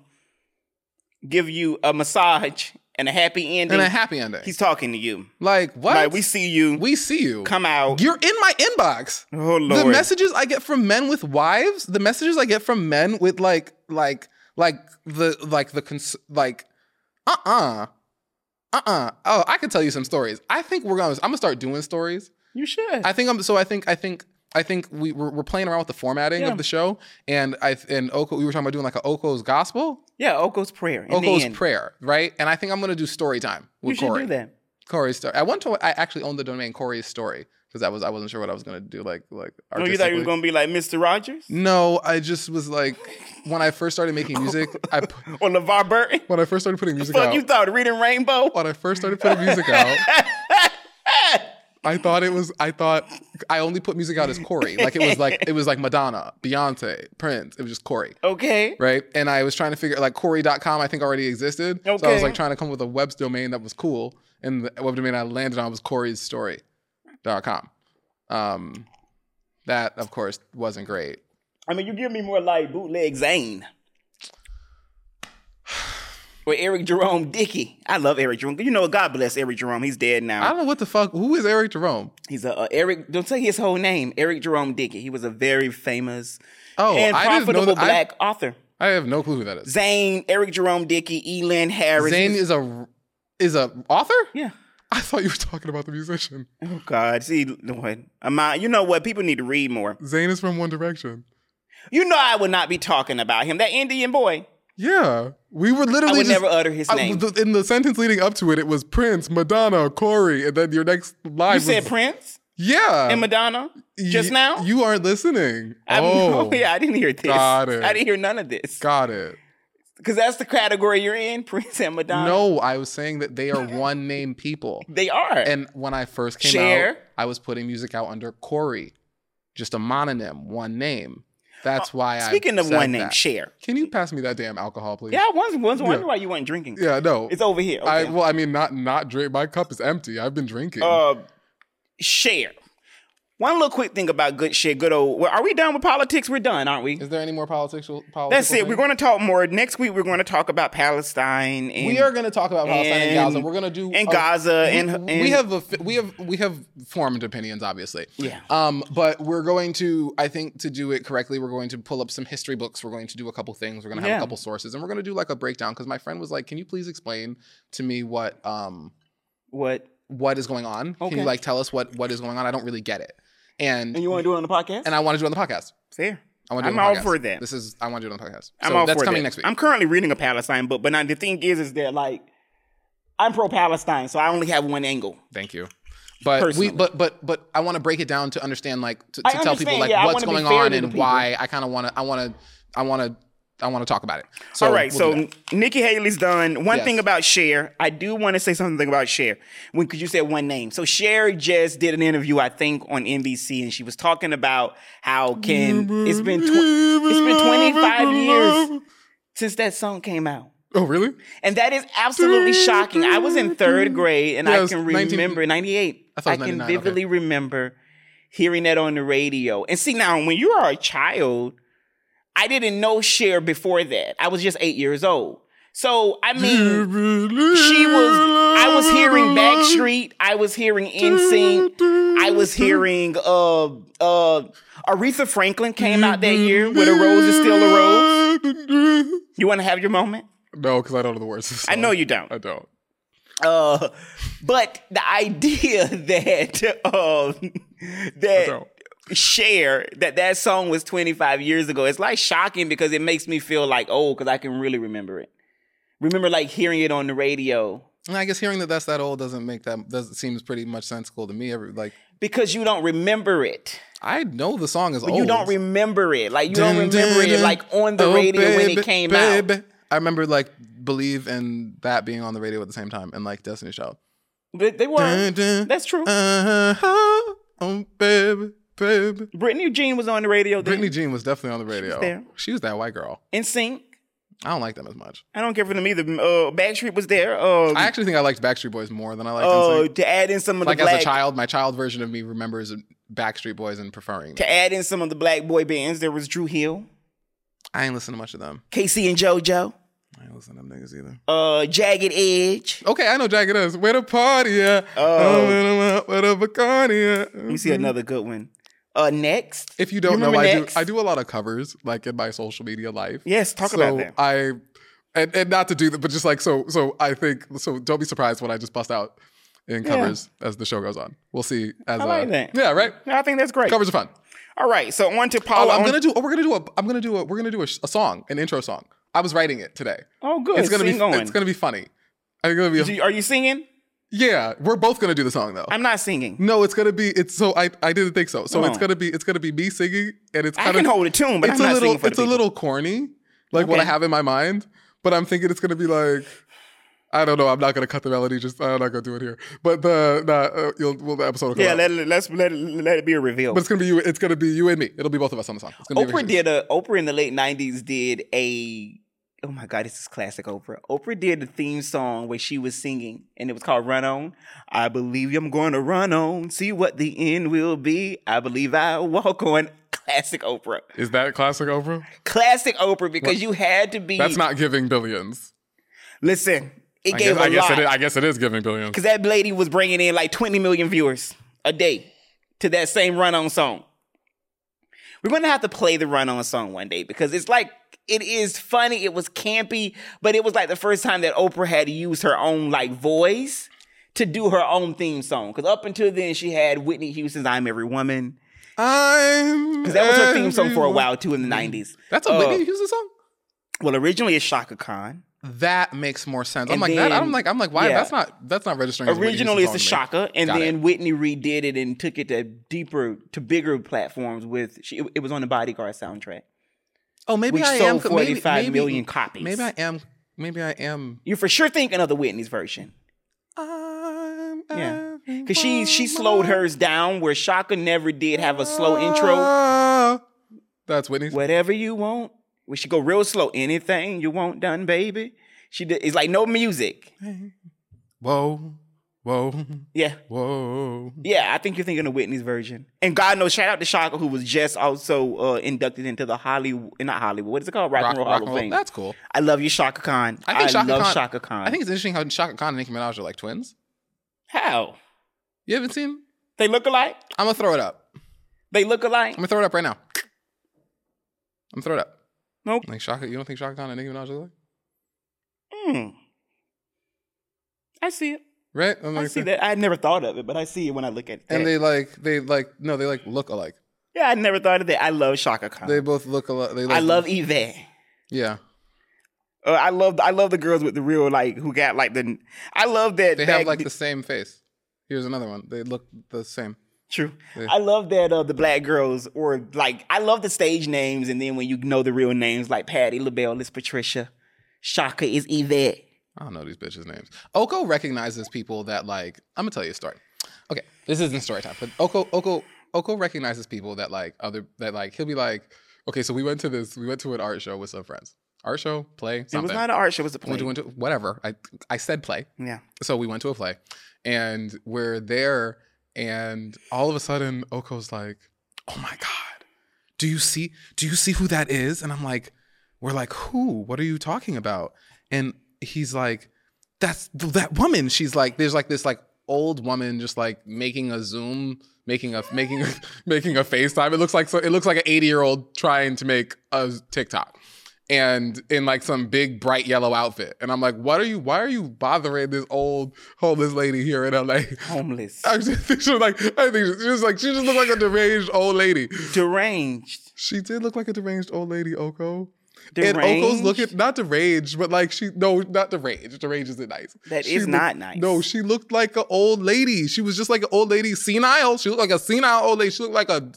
A: give you a massage and a happy ending.
B: and a happy ending.
A: He's talking to you.
B: like what?
A: Like we see you.
B: we see you.
A: come out.
B: You're in my inbox.
A: oh
B: The
A: Lord.
B: messages I get from men with wives, the messages I get from men with like like like the like the cons- like uh uh-uh. uh Oh, I could tell you some stories. I think we're gonna. I'm gonna start doing stories.
A: you should.
B: I think I'm. So I think I think I think we we're, we're playing around with the formatting
A: Yeah.
B: of the show, and I and Oko. We were talking about doing like a Oko's gospel,
A: yeah, Oko's prayer. In the
B: Oko's
A: end.
B: prayer, right? And I think I'm gonna do story time
A: You
B: with
A: should
B: Corey.
A: do that.
B: Corey's story. At one point, I actually owned the domain Corey's story because I was I wasn't sure what I was gonna do. Like like
A: No, Oh, you thought you
B: artistically.
A: was gonna be like Mr. Rogers
B: No, I just was like when I first started making music. I pu-
A: or LeVar Burton.
B: when I first started putting music
A: Fuck,
B: out.
A: you thought reading Rainbow.
B: when I first started putting music out. I thought it was. I thought I only put music out as Corey. Like it was like it was like Madonna, Beyonce, Prince. It was just Corey.
A: Okay.
B: right? And I was trying to figure like Corey.com, I think already existed. So I
A: Okay.
B: was like trying to come up with a web domain that was cool. And the web domain I landed on was Corey's story.com. Um, that, of course, wasn't great.
A: I mean, you give me more like bootleg Zane. with Eric Jerome Dickey. I love Eric Jerome. You know, what? God bless Eric Jerome. He's dead
B: I
A: now.
B: don't know what the fuck. Who is Eric Jerome?
A: He's a, a Eric. Don't say his whole name. Eric Jerome Dickey. He was a very famous
B: Oh,
A: and
B: I didn't know
A: profitable
B: that. I,
A: black author.
B: I have no clue who that is.
A: Zane, Eric Jerome Dickey, Elan Harris.
B: Zane is a is a author.
A: yeah.
B: I thought you were talking about the musician.
A: Oh God. See what? Am I, you know what? People need to read more.
B: Zane is from One Direction.
A: You know I would not be talking about him. That Indian boy.
B: Yeah, we were literally
A: I would
B: just-
A: never utter his
B: I-
A: name.
B: th- in the sentence leading up to it, it was Prince, Madonna, Corey, and then your next line.
A: you
B: was,
A: said Prince
B: Yeah,
A: and Madonna just
B: Y-
A: now.
B: You aren't listening.
A: I,
B: oh,
A: yeah, I didn't hear this.
B: Got it.
A: I didn't hear none of this
B: got it.
A: because that's the category you're in, Prince and Madonna.
B: No, I was saying that they are one name people.
A: they are.
B: And when I first came out,
A: Cher.
B: I was putting music out under Corey, just a mononym, one name. That's why I.
A: Uh, Speaking of
B: said
A: one name,
B: that.
A: Cher.
B: Can you pass me that damn alcohol, please?
A: Yeah, I was, was wondering
B: Yeah.
A: why you weren't drinking.
B: Yeah, no.
A: It's over here.
B: I
A: Okay.
B: well, I mean, not not drink. My cup is empty. I've been drinking.
A: uh, Cher. One little quick thing about good shit, good old. Well, are we done with politics? We're done, aren't we?
B: is there any more political? political
A: That's it. We're
B: thing?
A: going to talk more next week. We're going to talk about Palestine and
B: We are going to talk about Palestine and,
A: and-
B: Gaza. We're going to do
A: and
B: a-
A: Gaza
B: we,
A: and, and
B: we have a, fi- we have we have formed opinions, obviously.
A: Yeah.
B: Um, but we're going to, I think, to do it correctly, we're going to pull up some history books. We're going to do a couple things. We're going to have
A: Yeah.
B: a couple sources, and we're going to do like a breakdown because my friend was like, "Can you please explain to me what um
A: what?
B: what is going on? Can
A: Okay.
B: you like tell us what what is going on? I don't really get it." And
A: And you want to do it on the podcast?
B: and I want to do it on the podcast.
A: Fair.
B: I want to do it
A: I'm
B: on
A: all
B: the podcast.
A: for that.
B: This is I want to do it on the podcast.
A: I'm
B: so
A: all
B: that's
A: for
B: coming
A: that.
B: next week.
A: I'm currently reading a Palestine book, but now the thing is, is that like I'm pro Palestine, so I only have one angle.
B: Thank you. But
A: Personally.
B: we but but but I want to break it down to understand like to,
A: I
B: to tell people
A: understand,
B: like
A: yeah, I
B: what's
A: wanna be
B: going
A: fair to
B: on
A: the
B: and
A: people.
B: why I kind of want to I want to I want to I want to talk about it. So,
A: All right,
B: we'll do
A: so
B: that.
A: Nikki Haley's done. One
B: Yes.
A: thing about Cher, I do want to say something about Cher. When could you said one name? So Cher just did an interview, I think, on NBC, and she was talking about how can it's been tw- it's been 25 years since that song came out.
B: Oh really?
A: And that is absolutely shocking. I was in third grade and I
B: Yes,
A: can
B: 19
A: remember 98.
B: I thought it was
A: can
B: 99, okay.
A: vividly remember hearing that on the radio. And see now when you are a child, I didn't know Cher before that. I was just 8 years old. So I mean, she was I was hearing Backstreet, I was hearing NSYNC, I was hearing uh uh Aretha Franklin came out that year with a rose is still a rose.
B: rose.
A: You want to have your moment?
B: No, because I don't know the words. to the
A: I
B: song.
A: know you don't.
B: I don't.
A: Uh, but the idea that um, that
B: don't.
A: share that that song was 25 years ago, it's like shocking because it makes me feel like old because I can really remember it. Remember, like hearing it on the radio
B: And I guess hearing that that's that old doesn't make that doesn't seems pretty much sensical to me. Every like
A: because you don't remember it.
B: I know the song is
A: But
B: old.
A: you don't remember it. Like you don't
B: Oh. Dun,
A: remember
B: dun,
A: it
B: dun.
A: like on the
B: Oh,
A: radio when
B: baby,
A: it came out.
B: baby. I remember like Believe and that being on the radio at the same time and like Destiny Child.
A: But they were.
B: Dun, dun,
A: That's true.
B: uh-huh, oh, baby, baby.
A: Brittany Jean was on the radio then.
B: Britney Jean was definitely on the radio.
A: there.
B: She was that white girl.
A: In sync.
B: I don't like them as much.
A: I don't care for them either. Uh, Backstreet was there. Um,
B: I actually think I liked Backstreet Boys more than I liked
A: uh,
B: NSYNC.
A: to add in some of
B: Like
A: the black
B: as a child, my child version of me remembers Backstreet Boys and preferring them.
A: to add in some of the black boy bands, there was Drew Hill,
B: I ain't listen to much of them.
A: KC and JoJo,
B: I ain't listen to them niggas either.
A: uh, Jagged Edge.
B: Okay, I know Jagged is. Where the party at? Oh. Where the Bacardi at?
A: Let me see another good one. Uh, next.
B: Mm-hmm. If you don't know,
A: remember
B: I do.
A: Next?
B: I do a lot of covers, like in my social media life.
A: Yes, talk
B: so
A: about that.
B: I, and, and not to do that, but just like so. So I think so. Don't be surprised when I just bust out in covers as the show goes on. We'll see. As
A: I like
B: uh,
A: that.
B: Yeah, right.
A: I think that's great.
B: Covers are fun.
A: All right, so on to
B: Oh,
A: Paula.
B: I'm
A: on-
B: gonna do. Oh, we're gonna do a. I'm gonna do a. We're gonna do a, sh- a song, an intro song. I was writing it today.
A: oh, good.
B: It's gonna
A: Sing
B: be.
A: on.
B: It's gonna be funny. I think it'll be.
A: Do you- Are you singing?
B: yeah, we're both gonna do the song though.
A: I'm not singing.
B: no, it's gonna be. It's so. I. I didn't think so. So
A: No.
B: it's gonna be. It's gonna be me singing, and it's.
A: I
B: Kind
A: can
B: of,
A: hold a tune, but
B: it's
A: I'm not
B: a little
A: singing for
B: it's
A: the
B: a
A: people.
B: little corny like what i
A: Okay.
B: have in my mind but i'm thinking it's gonna be like i don't know i'm not gonna cut the melody just i'm not gonna do it here but the nah, uh, you'll well, the episode will come
A: Yeah,
B: out.
A: let, it- let's let it, let it be a reveal.
B: but it's gonna be you it's gonna be you and me it'll be both of us on the song it's gonna
A: Oprah
B: be
A: did a Oprah in the late '90s did a oh my god this is classic Oprah. Oprah did a theme song where she was singing and it was called "Run On." I believe I'm going to run on, see what the end will be. I believe I walk on. Classic Oprah,
B: is that classic oprah
A: classic Oprah because you had to be.
B: that's not giving billions
A: Listen, it
B: I
A: gave
B: guess, I
A: a
B: guess
A: lot
B: it is, I guess it is giving billions.
A: because that lady was bringing in like 20 million viewers a day to that same run on song. We're gonna have to play the run on song one day because it's like it is funny. It was campy, but it was like the first time that Oprah had used her own like voice to do her own theme song. Because up until then, she had Whitney Houston's "I'm Every Woman"
B: I'm
A: because that was her theme song for a while too in the '90s.
B: That's a
A: Uh,
B: Whitney Houston song.
A: Well, originally it's Shaka Khan.
B: That makes more sense. I'm
A: And
B: like that. I'm
A: then-
B: like I'm like why
A: yeah.
B: that's not that's not registering. as a Whitney Houston
A: originally it's a
B: song to me.
A: shocker and
B: Got
A: then whitney redid it and took it to deeper to bigger platforms with she, it- it was on the bodyguard soundtrack
B: Oh, maybe
A: which
B: I am
A: sold
B: co- maybe-
A: forty five million
B: maybe-
A: copies
B: Maybe I am. Maybe I am.
A: you're for sure thinking of the whitney's version
B: I'm
A: yeah because she she slowed hers down where shaka never did have a slow intro
B: intro. That's Whitney's.
A: whatever you want where she go real slow anything you want done baby she did, it's like no music
B: Whoa, whoa,
A: yeah
B: whoa.
A: Yeah, I think you're thinking of Whitney's version. And God knows, shout out to Shaka, who was just also uh, inducted into the Hollywood, not Hollywood, what is it called? Rock, and Roll Hall of Fame.
B: That's cool.
A: I love you, Shaka Khan. I,
B: I think Shaka
A: love
B: Khan-
A: Shaka Khan.
B: I think it's interesting how Shaka Khan and Nicki Minaj are like twins.
A: How?
B: You haven't seen?
A: They look alike?
B: I'm gonna throw it up. I'm
A: They look alike?
B: gonna throw it up right now. I'm gonna throw it up.
A: Nope.
B: Like Shaka, you don't think Shaka Khan and Nicki Minaj are like?
A: Mm. I see it.
B: Right? I'm
A: I
B: like,
A: see that. I had never thought of it, but I see it when I look at that.
B: And they like they like no, they like look alike.
A: yeah, I never thought of that. I love Shaka Khan.
B: They both look alike. They like,
A: I love Yvette.
B: Yeah.
A: Uh, I love I love the girls with the real like who got like the I love that
B: They have
A: back-
B: like the same face. Here's another one. They look the same.
A: True.
B: Yeah.
A: I love that uh, the black girls or like I love the stage names, and then when you know the real names, like Patty LaBelle is Patricia, Shaka is Yvette.
B: I don't know these bitches' names. Oko recognizes people that like. I'm gonna tell you a story. Okay, this isn't story time, but Oko Oko Oko recognizes people that like other that like he'll be like, okay, so we went to this we went to an art show with some friends. Art show play something.
A: It was not an art show; it was a
B: we
A: play.
B: went to whatever. I I said play.
A: yeah,
B: So we went to a play, and we're there, and all of a sudden Oko's like, oh my god, do you see do you see who that is? And I'm like, we're like, who? What are you talking about? And he's like, that's th- that woman. She's like, there's like this like old woman just like making a Zoom, making a making a, making a FaceTime. It looks like so it looks like an 80 year old trying to make a TikTok. And in like some big bright yellow outfit. And I'm like, what are you, why are you bothering this old homeless lady here in LA?
A: homeless,
B: I just think she was like, I think she was like, she just looked like a deranged old lady.
A: deranged,
B: She did look like a deranged old lady, Oko.
A: deranged.
B: And Oko's looking not deranged, but like she no, not deranged. Deranged isn't nice.
A: That
B: That
A: is not nice.
B: No, she looked like an old lady. She was just like an old lady, senile. She looked like a senile old lady. She looked like a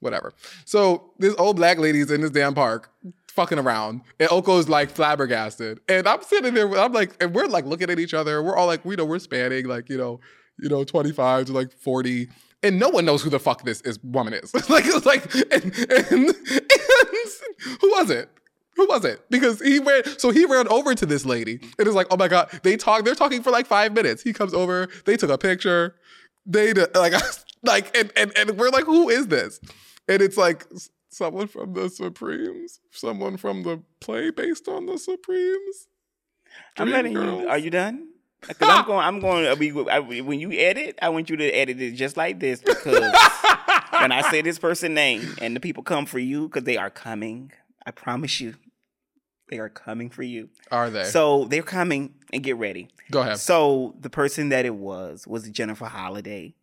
B: whatever. So this old black lady's in this damn park fucking around. And Oko's like flabbergasted. And I'm sitting there, I'm like, and we're like looking at each other. We're all like, we know we're spanning, like, you know, you know, 25 to like 40. And no one knows who the fuck this is woman is. like, it's like, and, and, and who was it? Who was it? Because he ran, so he ran over to this lady and it's like, oh my God, they talk, they're talking for like five minutes. He comes over, they took a picture, they did, like, like, and, and, and we're like, who is this? And it's like s- someone from the Supremes, someone from the play based on the Supremes.
A: I'm letting
B: Dreamgirls.
A: you. Are you done? 'Cause I'm going. I'm going. I mean, I, when you edit, I want you to edit it just like this because when I say this person's name and the people come for you because they are coming. I promise you, they are coming for you.
B: Are they?
A: So they're coming and get ready.
B: Go ahead.
A: So the person that it was was Jennifer Holliday,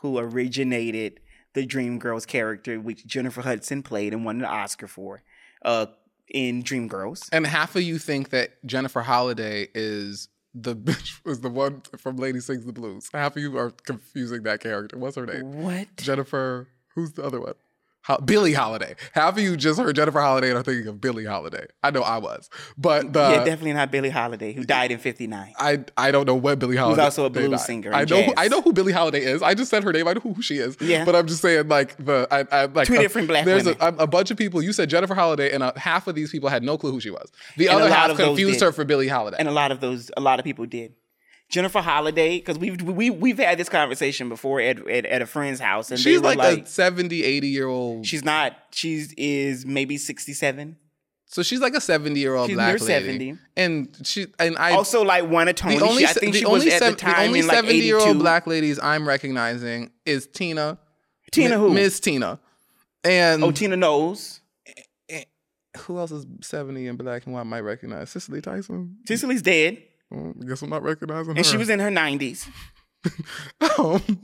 A: who originated the Dreamgirls character, which Jennifer Hudson played and won an Oscar for, uh, in Dreamgirls.
B: and half of you think that Jennifer Holliday is the bitch was the one from Lady Sings the Blues. Half of you are confusing that character. What's her name?
A: What?
B: Jennifer. Who's the other one? Ho- Billie Holiday. Half of you just heard Jennifer Holiday and are thinking of Billie Holiday. I know I was, but the
A: yeah, definitely not Billie Holiday, who died in '59.
B: I I don't know what Billie Holiday.
A: also a
B: they
A: blues
B: died.
A: singer
B: I
A: and
B: know who,
A: jazz.
B: I know who Billie Holiday is. I just said her name. I know who she is.
A: Yeah.
B: But I'm just saying like the I, I like
A: Two
B: a-
A: different black
B: There's a,
A: women.
B: a bunch of people. You said Jennifer Holiday, and a, half of these people had no clue who she was. The
A: And a
B: other
A: lot
B: half
A: of those
B: confused
A: did.
B: her for Billie Holiday.
A: and um, a lot of those a lot of people did jennifer Holliday, because we've we, we've had this conversation before at at, at a friend's house and
B: She's
A: they were
B: like,
A: like
B: a 70, 80 year old.
A: she's not she's is maybe 67
B: So she's like a 70 year old
A: She's
B: black
A: near
B: lady.
A: 70.
B: And she and I
A: also, like won a Tony. She- I
B: se-
A: think she was at the
B: sev-
A: time
B: only
A: in like 82.
B: year old black ladies I'm recognizing is Tina.
A: Tina
B: Mi-
A: who?
B: Miss Tina. And
A: Oh, Tina knows.
B: who else is 70 and black and who I might recognize? Cicely Tyson.
A: Cicely's dead,
B: Mm, Guess I'm not recognizing her.
A: and she was in her nineties.
B: Um,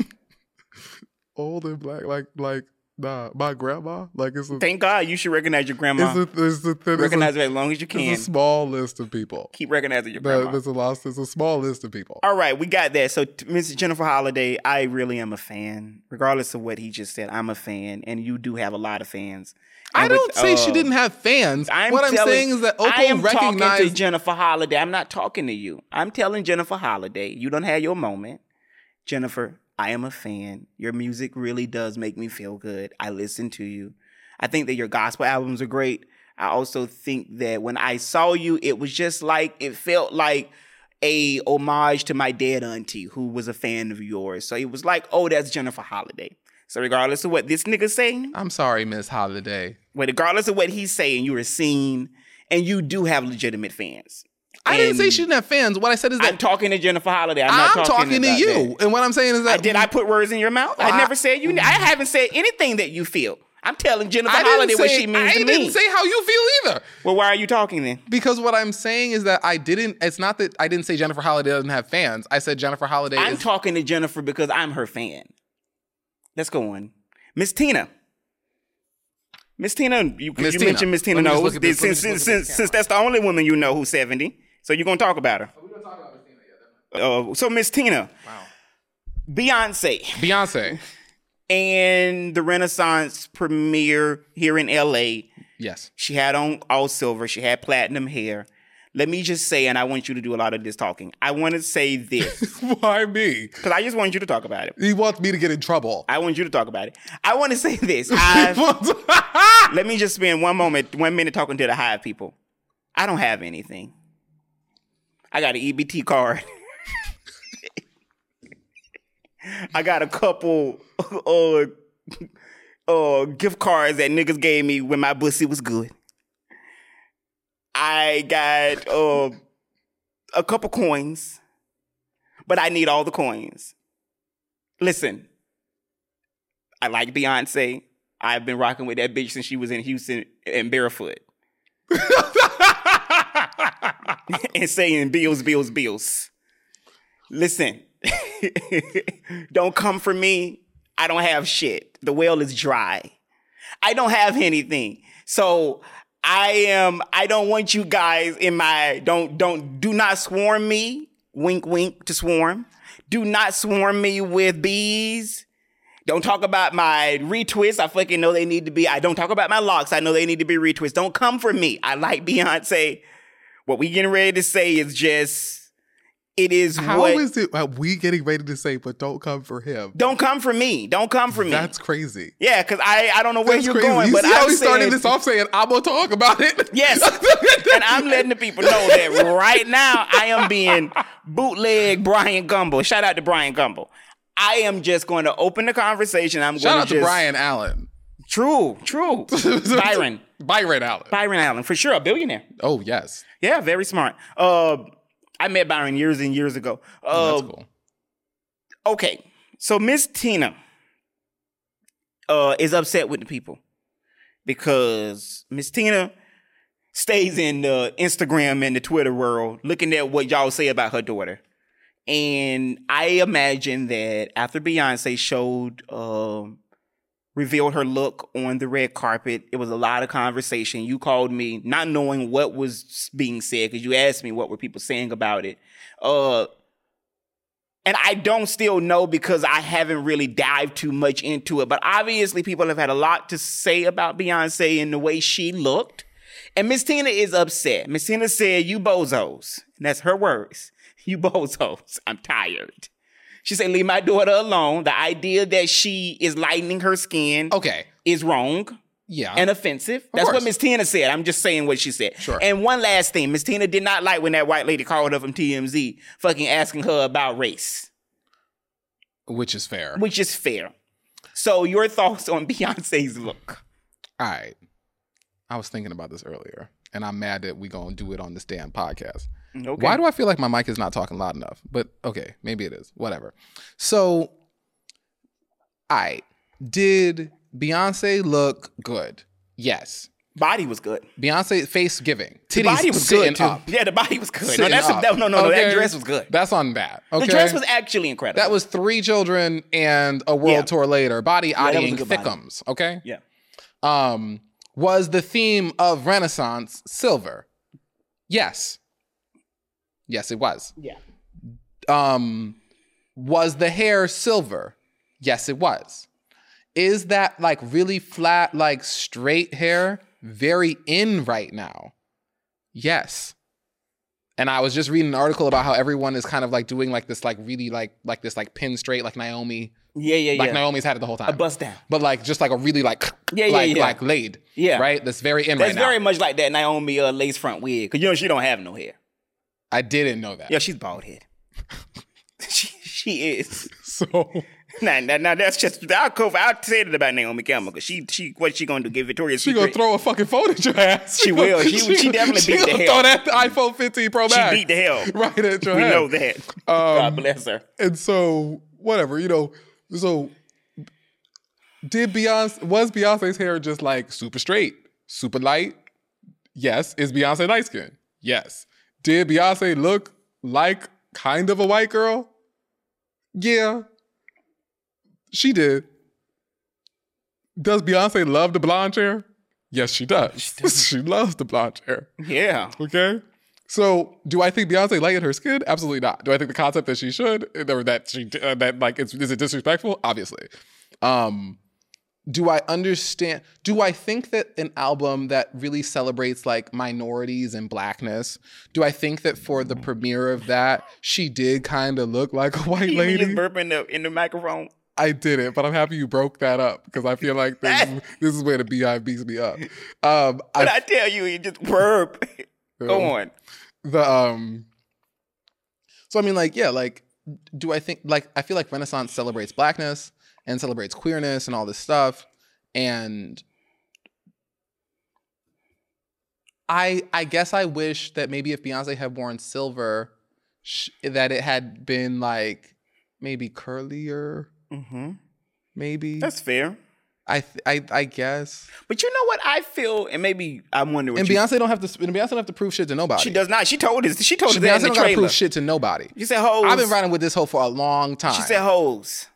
B: old and black, like like nah, my grandma. Like it's a
A: Thank God you should recognize your grandma.
B: it's a, it's a, thin- it's a,
A: recognize her as long as you can.
B: it's a small list of people.
A: Keep recognizing your
B: There-
A: grandma.
B: There's a lot. There's a small list of people.
A: All right, we got that. So, t- Mrs. Jennifer Holiday, I really am a fan. Regardless of what he just said, I'm a fan, and you do have a lot of fans.
B: I
A: And with,
B: don't say she
A: uh,
B: didn't have fans.
A: I'm
B: what I'm
A: telling-
B: saying is that
A: I am
B: Oprah
A: talking to
B: recognized.
A: Jennifer Holiday. I'm not talking to you. I'm telling Jennifer Holiday, you don't have your moment. Jennifer, I am a fan. Your music really does make me feel good. I listen to you. I think that your gospel albums are great. I also think that when I saw you, it was just like it felt like a homage to my dead auntie who was a fan of yours. So it was like, oh, that's Jennifer Holiday. So regardless of what this nigga saying,
B: I'm sorry, Miss Holiday.
A: well, regardless of what he's saying, you are seen and you do have legitimate fans.
B: I didn't say
A: And
B: she didn't have fans. What I said is that
A: I'm talking to Jennifer Holiday. I'm,
B: I'm,
A: not talking,
B: talking, to
A: about
B: you,
A: that.
B: and what I'm saying is
A: I,
B: that
A: did I put words in your mouth? I,
B: Well, I-
A: never said you. I haven't said anything that you feel. I'm telling Jennifer
B: I
A: Holiday
B: didn't say
A: what she means
B: I
A: to
B: didn't
A: me.
B: say how you feel either.
A: well, why are you talking then?
B: Because what I'm saying is that I didn't. It's not that I didn't say Jennifer Holiday doesn't have fans. I said Jennifer Holiday
A: I'm
B: is.
A: talking to Jennifer because I'm her fan. Let's go on, Miss Tina. Miss Tina, you,
B: Miss
A: you
B: Tina.
A: mentioned Miss Tina
B: Let me just
A: knows
B: look at this-
A: since
B: let me
A: since,
B: just look at this
A: since, since that's the only woman you know who's seventy. So you're Oh, gonna talk about her. Uh, so Miss Tina,
B: wow.
A: Beyonce,
B: Beyonce.
A: and the Renaissance premiere here in LA.
B: Yes.
A: She had on all silver. She had platinum hair. Let me just say, and I want you to do a lot of this talking. I want to say this
B: Why me?
A: because I just want you to talk about it.
B: He wants me to get in trouble.
A: I want you to talk about it. I want to say this. I, let me just spend one moment, one minute talking to the hive people. I don't have anything. I got an EBT card. I got a couple uh, uh, gift cards that niggas gave me when my pussy was good. I got uh, a couple coins, but I need all the coins. Listen, I like Beyonce. I've been rocking with that bitch since she was in Houston and barefoot and saying bills, bills, bills. Listen, don't come for me. I don't have shit. The well is dry. I don't have anything. So I am, I don't want you guys in my, don't, don't, do not swarm me. Wink, wink to swarm. Do not swarm me with bees. Don't talk about my retwists. I fucking know they need to be. I don't talk about my locks. I know they need to be retwists. Don't come for me. I like Beyonce. What we getting ready to say is just, it is
B: How
A: what.
B: is it? Are we getting ready to say, but don't come for him?
A: don't come for me. Don't come for me.
B: That's crazy.
A: yeah, because I, I don't know where
B: That's
A: you're
B: crazy.
A: going,
B: you
A: but
B: see how
A: I'm
B: he started
A: saying-
B: this off saying, "I'm gonna talk about it."
A: Yes. and I'm letting the people know that right now I am being bootleg Brian Gumble. Shout out to Brian Gumble. I am just going to open the conversation. I'm
B: Shout
A: going
B: out to
A: just,
B: Brian Allen,
A: True, true. Byron,
B: Byron Allen.
A: Byron Allen, for sure, a billionaire.
B: oh yes,
A: Yeah, very smart. Uh, I met Byron years and years ago. Uh,
B: that's cool.
A: okay. So Miss Tina uh, is upset with the people because Miss Tina stays in the Instagram and the Twitter world looking at what y'all say about her daughter. And I imagine that after Beyonce showed, um, revealed her look on the red carpet, it was a lot of conversation. You called me not knowing what was being said because you asked me what were people saying about it. Uh, and I don't still know because I haven't really dived too much into it. But obviously, people have had a lot to say about Beyonce and the way she looked. And Miss Tina is upset. Miss Tina said, You bozos. And that's her words. You bozos. I'm tired. She said, Leave my daughter alone. The idea that she is lightening her skin
B: Okay,
A: is wrong
B: yeah,
A: and offensive. That's
B: Uh-huh. course.
A: what Miss Tina said. I'm just saying what she said.
B: Sure.
A: And one last thing, Miss Tina did not like when that white lady called her from TMZ, fucking asking her about race,
B: which is fair.
A: which is fair. So, your thoughts on Beyonce's look?
B: All right, I was thinking about this earlier. and I'm mad that we gonna do it on this damn podcast.
A: Okay.
B: Why do I feel like my mic is not talking loud enough? But okay, maybe it is. Whatever. So, I did Beyonce look good? Yes.
A: body was good.
B: Beyonce face giving.
A: The
B: Titties
A: body was
B: sitting
A: good. Too.
B: up.
A: Yeah, the body was good. No,
B: Sitting
A: that's
B: up.
A: that- no, no, no.
B: Okay?
A: That dress was good.
B: That's on that. Okay.
A: The dress was actually incredible.
B: that was three children and a world
A: Yeah.
B: tour later. Body
A: that was a
B: eyeing
A: good body.
B: thickums. Okay.
A: yeah.
B: Um, was the theme of Renaissance silver? Yes. Yes, it was.
A: Yeah.
B: Um, was the hair silver? Yes, it was. Is that like really flat, like straight hair very in right now? Yes. And I was just reading an article about how everyone is kind of like doing like this, like really like like this like pin straight, like Naomi,
A: Yeah, yeah, yeah.
B: like Naomi's had it the whole time.
A: a bust down.
B: but like just like a really like
A: Yeah, yeah,
B: like
A: yeah.
B: like laid.
A: Yeah.
B: Right? That's very in
A: That's
B: right
A: very
B: now.
A: much like that Naomi uh, lace front wig. Cause you know she don't have no hair.
B: I didn't know that.
A: Yeah, she's bald head. she she is.
B: So
A: Nah, nah, nah, that's just I'll co- I'll say that about Naomi Campbell. Cause she she what she gonna do? Give Victoria's
B: She gonna
A: Secret?
B: throw a fucking phone at your ass.
A: She
B: gonna-
A: will. She- she
B: gonna-
A: definitely
B: she
A: beat the
B: gonna
A: hell.
B: Throw that iPhone 15 Pro
A: she
B: Max.
A: beat the hell.
B: right Um, at your
A: We
B: head.
A: know that. God bless her.
B: And so whatever you know. So did Beyonce? Was Beyonce's hair just like super straight, super light? Yes. Is Beyonce light skin? Yes. Did Beyonce look like kind of a white girl? Yeah. She did. Does Beyonce love the blonde hair? Yes, she does. she loves the blonde hair.
A: Yeah.
B: Okay. So, do I think Beyonce lightened her skin? Absolutely not. Do I think the concept that she should or that she uh, that like it's is it disrespectful? Obviously. Um do I understand do I think that an album that really celebrates like minorities and blackness, do I think that for the premiere of that, she did kind of look like a white
A: You just
B: lady?
A: burping the, in the microphone.
B: I did it, but I'm happy you broke that up because I feel like this, is- this is where the BI beats me up. Um
A: But
B: I,
A: I tell you, you just burp. Go on.
B: the um so i mean like yeah like do i think like i feel like renaissance celebrates blackness and celebrates queerness and all this stuff and i i guess i wish that maybe if beyonce had worn silver sh- that it had been like maybe curlier
A: Mm-hmm.
B: maybe
A: That's fair.
B: i th- i i guess
A: But you know what I feel, and maybe I wonder what
B: and
A: you,
B: beyonce don't have to and beyonce don't have to prove shit to nobody
A: she does not. She told us. She told
B: She-
A: us that
B: beyonce
A: in the
B: don't gotta
A: trailer.
B: prove shit to nobody
A: She said hoes.
B: I've been riding with this hoe for a long time.
A: She said hoes.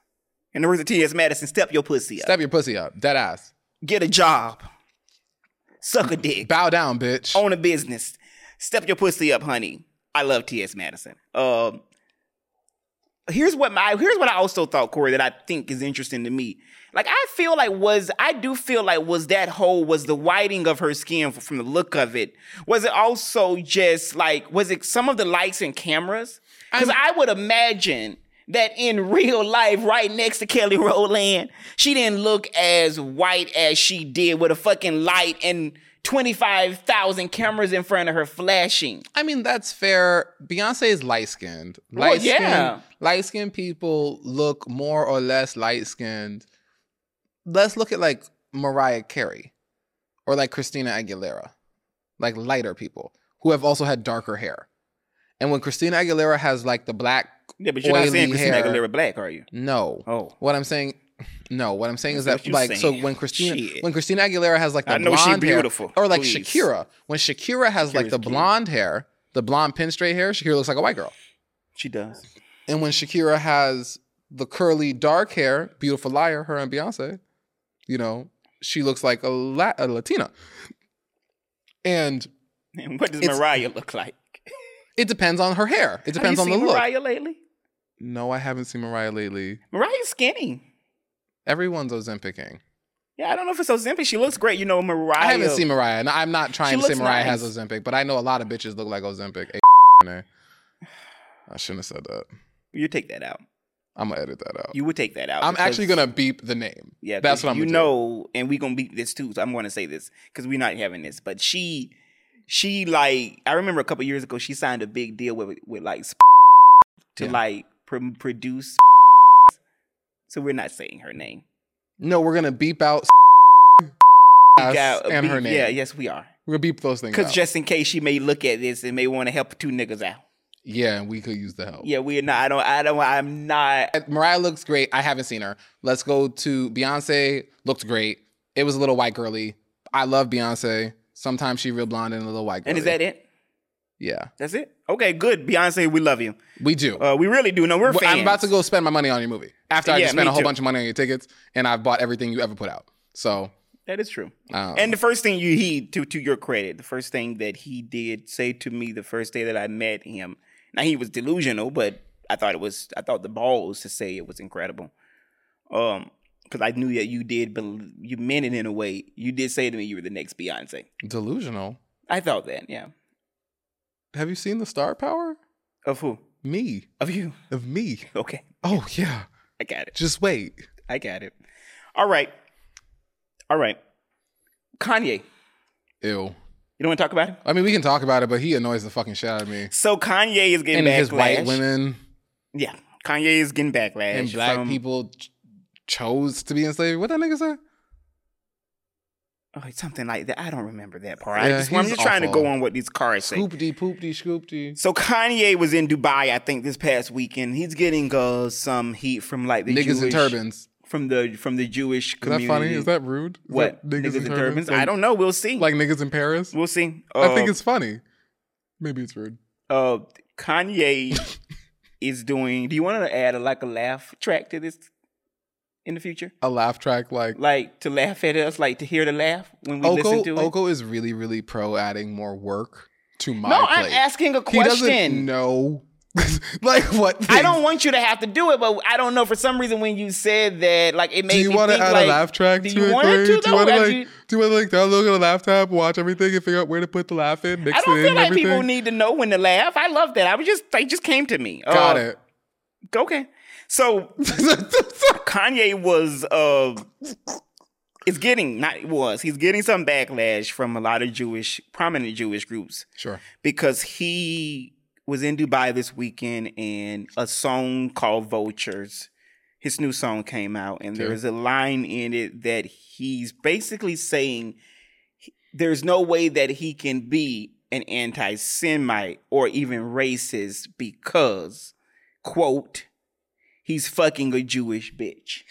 A: And the words of T.S. Madison, step your pussy up.
B: Step your pussy up, dead ass.
A: Get a job. Suck a dick.
B: Bow down, bitch.
A: Own a business. Step your pussy up, honey. I love T.S. Madison. Um, here's what my here's what I also thought, Corey, that I think is interesting to me. Like I feel like was I do feel like was that whole was the whiting of her skin f- from the look of it. Was it also just like was it some of the lights and cameras? Because I would imagine that in real life, right next to Kelly Rowland, she didn't look as white as she did with a fucking light and twenty five thousand cameras in front of her flashing.
B: I mean, that's fair. Beyonce is light skinned. Light skinned.
A: yeah.
B: Light skinned people look more or less light skinned. Let's look at like Mariah Carey or like Christina Aguilera, like lighter people who have also had darker hair. And when Christina Aguilera has like the black,
A: Yeah, but you're not saying
B: Oily
A: Christina
B: hair.
A: Aguilera black, are you?
B: no.
A: Oh.
B: What I'm saying, no. What I'm saying is
A: That's
B: that
A: what you
B: like so
A: saying.
B: when Christina
A: Shit.
B: when Christina Aguilera has like the
A: I know she
B: blonde hair,
A: beautiful.
B: or like
A: Please.
B: Shakira when Shakira has like
A: Shakira's
B: the
A: cute.
B: blonde hair, the blonde pinstripe hair, Shakira looks like a white girl.
A: She does.
B: And when Shakira has the curly dark hair, beautiful liar, her and Beyonce, you know, she looks like a, la- a Latina. And
A: And what does
B: It's-
A: Mariah look like?
B: it depends on her hair. It depends
A: Have
B: on
A: you
B: the
A: seen
B: look.
A: Mariah lately?
B: No, I haven't seen Mariah lately.
A: Mariah's skinny.
B: Everyone's Ozempicing.
A: Yeah, I don't know if it's Ozempic. She looks great. You know, Mariah.
B: I haven't seen Mariah. and I'm not
A: She
B: trying to say
A: looks
B: Mariah
A: nice.
B: has Ozempic, but I know a lot of bitches look like Ozempic. A- and A. I shouldn't have said that.
A: You take that out.
B: I'm gonna edit that out.
A: You would take that out.
B: I'm
A: because-
B: actually gonna beep the name.
A: Yeah,
B: that's
A: 'cause
B: what I'm.
A: You
B: gonna do.
A: know, and we gonna beat this too. So I'm gonna say this because we're not having this. But she, she like I remember a couple years ago she signed a big deal with with like Sp- to
B: Yeah.
A: like pr- produce. So we're not saying her name.
B: No, we're gonna beep out
A: We
B: ass
A: got a
B: and
A: beef-
B: her name.
A: Yeah, yes, we are.
B: We'll beep those things out.
A: Because just in case she may look at this and may want to help two niggas out.
B: yeah, and we could use the help.
A: Yeah, we're not. I don't. I don't. I'm not.
B: Mariah looks great. I haven't seen her. Let's go to Beyonce. Looked great. It was a little white girly. I love Beyonce. Sometimes she real blonde and a little white girly.
A: And is that it?
B: Yeah,
A: That's it. Okay, good. Beyonce, we love you.
B: we do.
A: Uh, we really do. No, we're
B: Well,
A: fans.
B: I'm about to go spend my money on your movie after I
A: Yeah,
B: just spent
A: me
B: a whole
A: too.
B: bunch of money on your tickets and I've bought everything you ever put out. So
A: That is true.
B: um,
A: And the first thing you he to to your credit, the first thing that he did say to me the first day that I met him. Now he was delusional, but I thought it was I thought the balls to say it was incredible. Um because I knew that you did, but you meant it in a way. You did say to me you were the next Beyonce.
B: delusional.
A: I thought that, yeah.
B: Have you seen the star power?
A: Of who?
B: Me
A: Of you.
B: of me.
A: Okay,
B: Oh yeah.
A: I got it.
B: Just wait.
A: I got it. All right, all right. Kanye,
B: Ew.
A: you don't want to talk about him?
B: I mean, we can talk about it, but he annoys the fucking shit out of me.
A: So Kanye is getting
B: And
A: backlash.
B: his white women
A: Yeah, Kanye is getting backlash
B: and black
A: from-
B: people ch- chose to be enslaved. What that nigga say?
A: Oh, it's something like that. I don't remember that part. I
B: Yeah,
A: just, I'm
B: he's
A: just trying to go
B: awful.
A: on what these cars say.
B: Scoop dee poop dee scoop dee.
A: So Kanye was in Dubai, I think, this past weekend. He's getting uh, some heat from like the
B: Niggas
A: Jewish,
B: in turbans.
A: from the from the Jewish
B: Is that
A: community.
B: funny? Is that rude? Is
A: what
B: that
A: niggas, in turbans?
B: Like-
A: I don't know. We'll see.
B: like niggas in Paris.
A: we'll see.
B: I think
A: Uh,
B: it's funny. Maybe it's rude.
A: uh, Kanye is doing. Do you want to add a, like a laugh track to this in the future?
B: A laugh track like
A: Like to laugh at us, like to hear the laugh when we
B: Oko,
A: listen to it.
B: Oko is really, really pro adding more work to my
A: no,
B: plate.
A: I'm asking a
B: he
A: question.
B: doesn't know. like what?
A: I
B: things-
A: don't want you to have to do it, but I don't know for some reason when you said that, like it made
B: Do you
A: me
B: want to
A: think
B: add
A: like,
B: a laugh track
A: do
B: to
A: you
B: it?
A: want
B: Corey?
A: to
B: do
A: though?
B: you want to
A: As
B: like?
A: you-
B: Do you want to like download it on a laptop, watch everything, and figure out where to put the laugh in, mix
A: I don't
B: it in,
A: feel like
B: everything?
A: people need to know when to laugh. I love that. I was just they just came to me.
B: Got
A: Uh,
B: it.
A: Okay, so Kanye was uh is getting not was he's getting some backlash from a lot of Jewish prominent Jewish groups
B: sure.
A: because he was in Dubai this weekend and a song called Vultures, his new song came out, and there
B: Okay.
A: is a line in it that he's basically saying he- there's no way that he can be an anti Semite or even racist because, quote, he's fucking a Jewish bitch.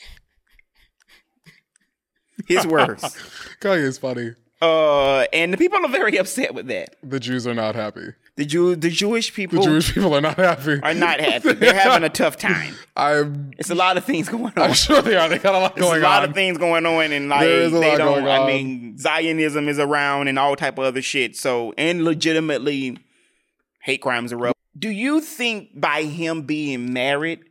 A: His words.
B: Kanye is funny.
A: uh, and the people are very upset with that.
B: The Jews are not happy.
A: The Jew, the Jewish
B: The
A: people
B: Jewish people are not happy.
A: are not happy. They're having a tough time.
B: I'm.
A: It's a lot of things going on.
B: I'm sure they are. They got a lot
A: There's
B: going
A: a lot
B: on.
A: of things going on, and like
B: There is a
A: they
B: lot
A: don't.
B: going
A: I
B: on.
A: mean, Zionism is around and all type of other shit. So, and legitimately, hate crimes are up. Do you think by him being married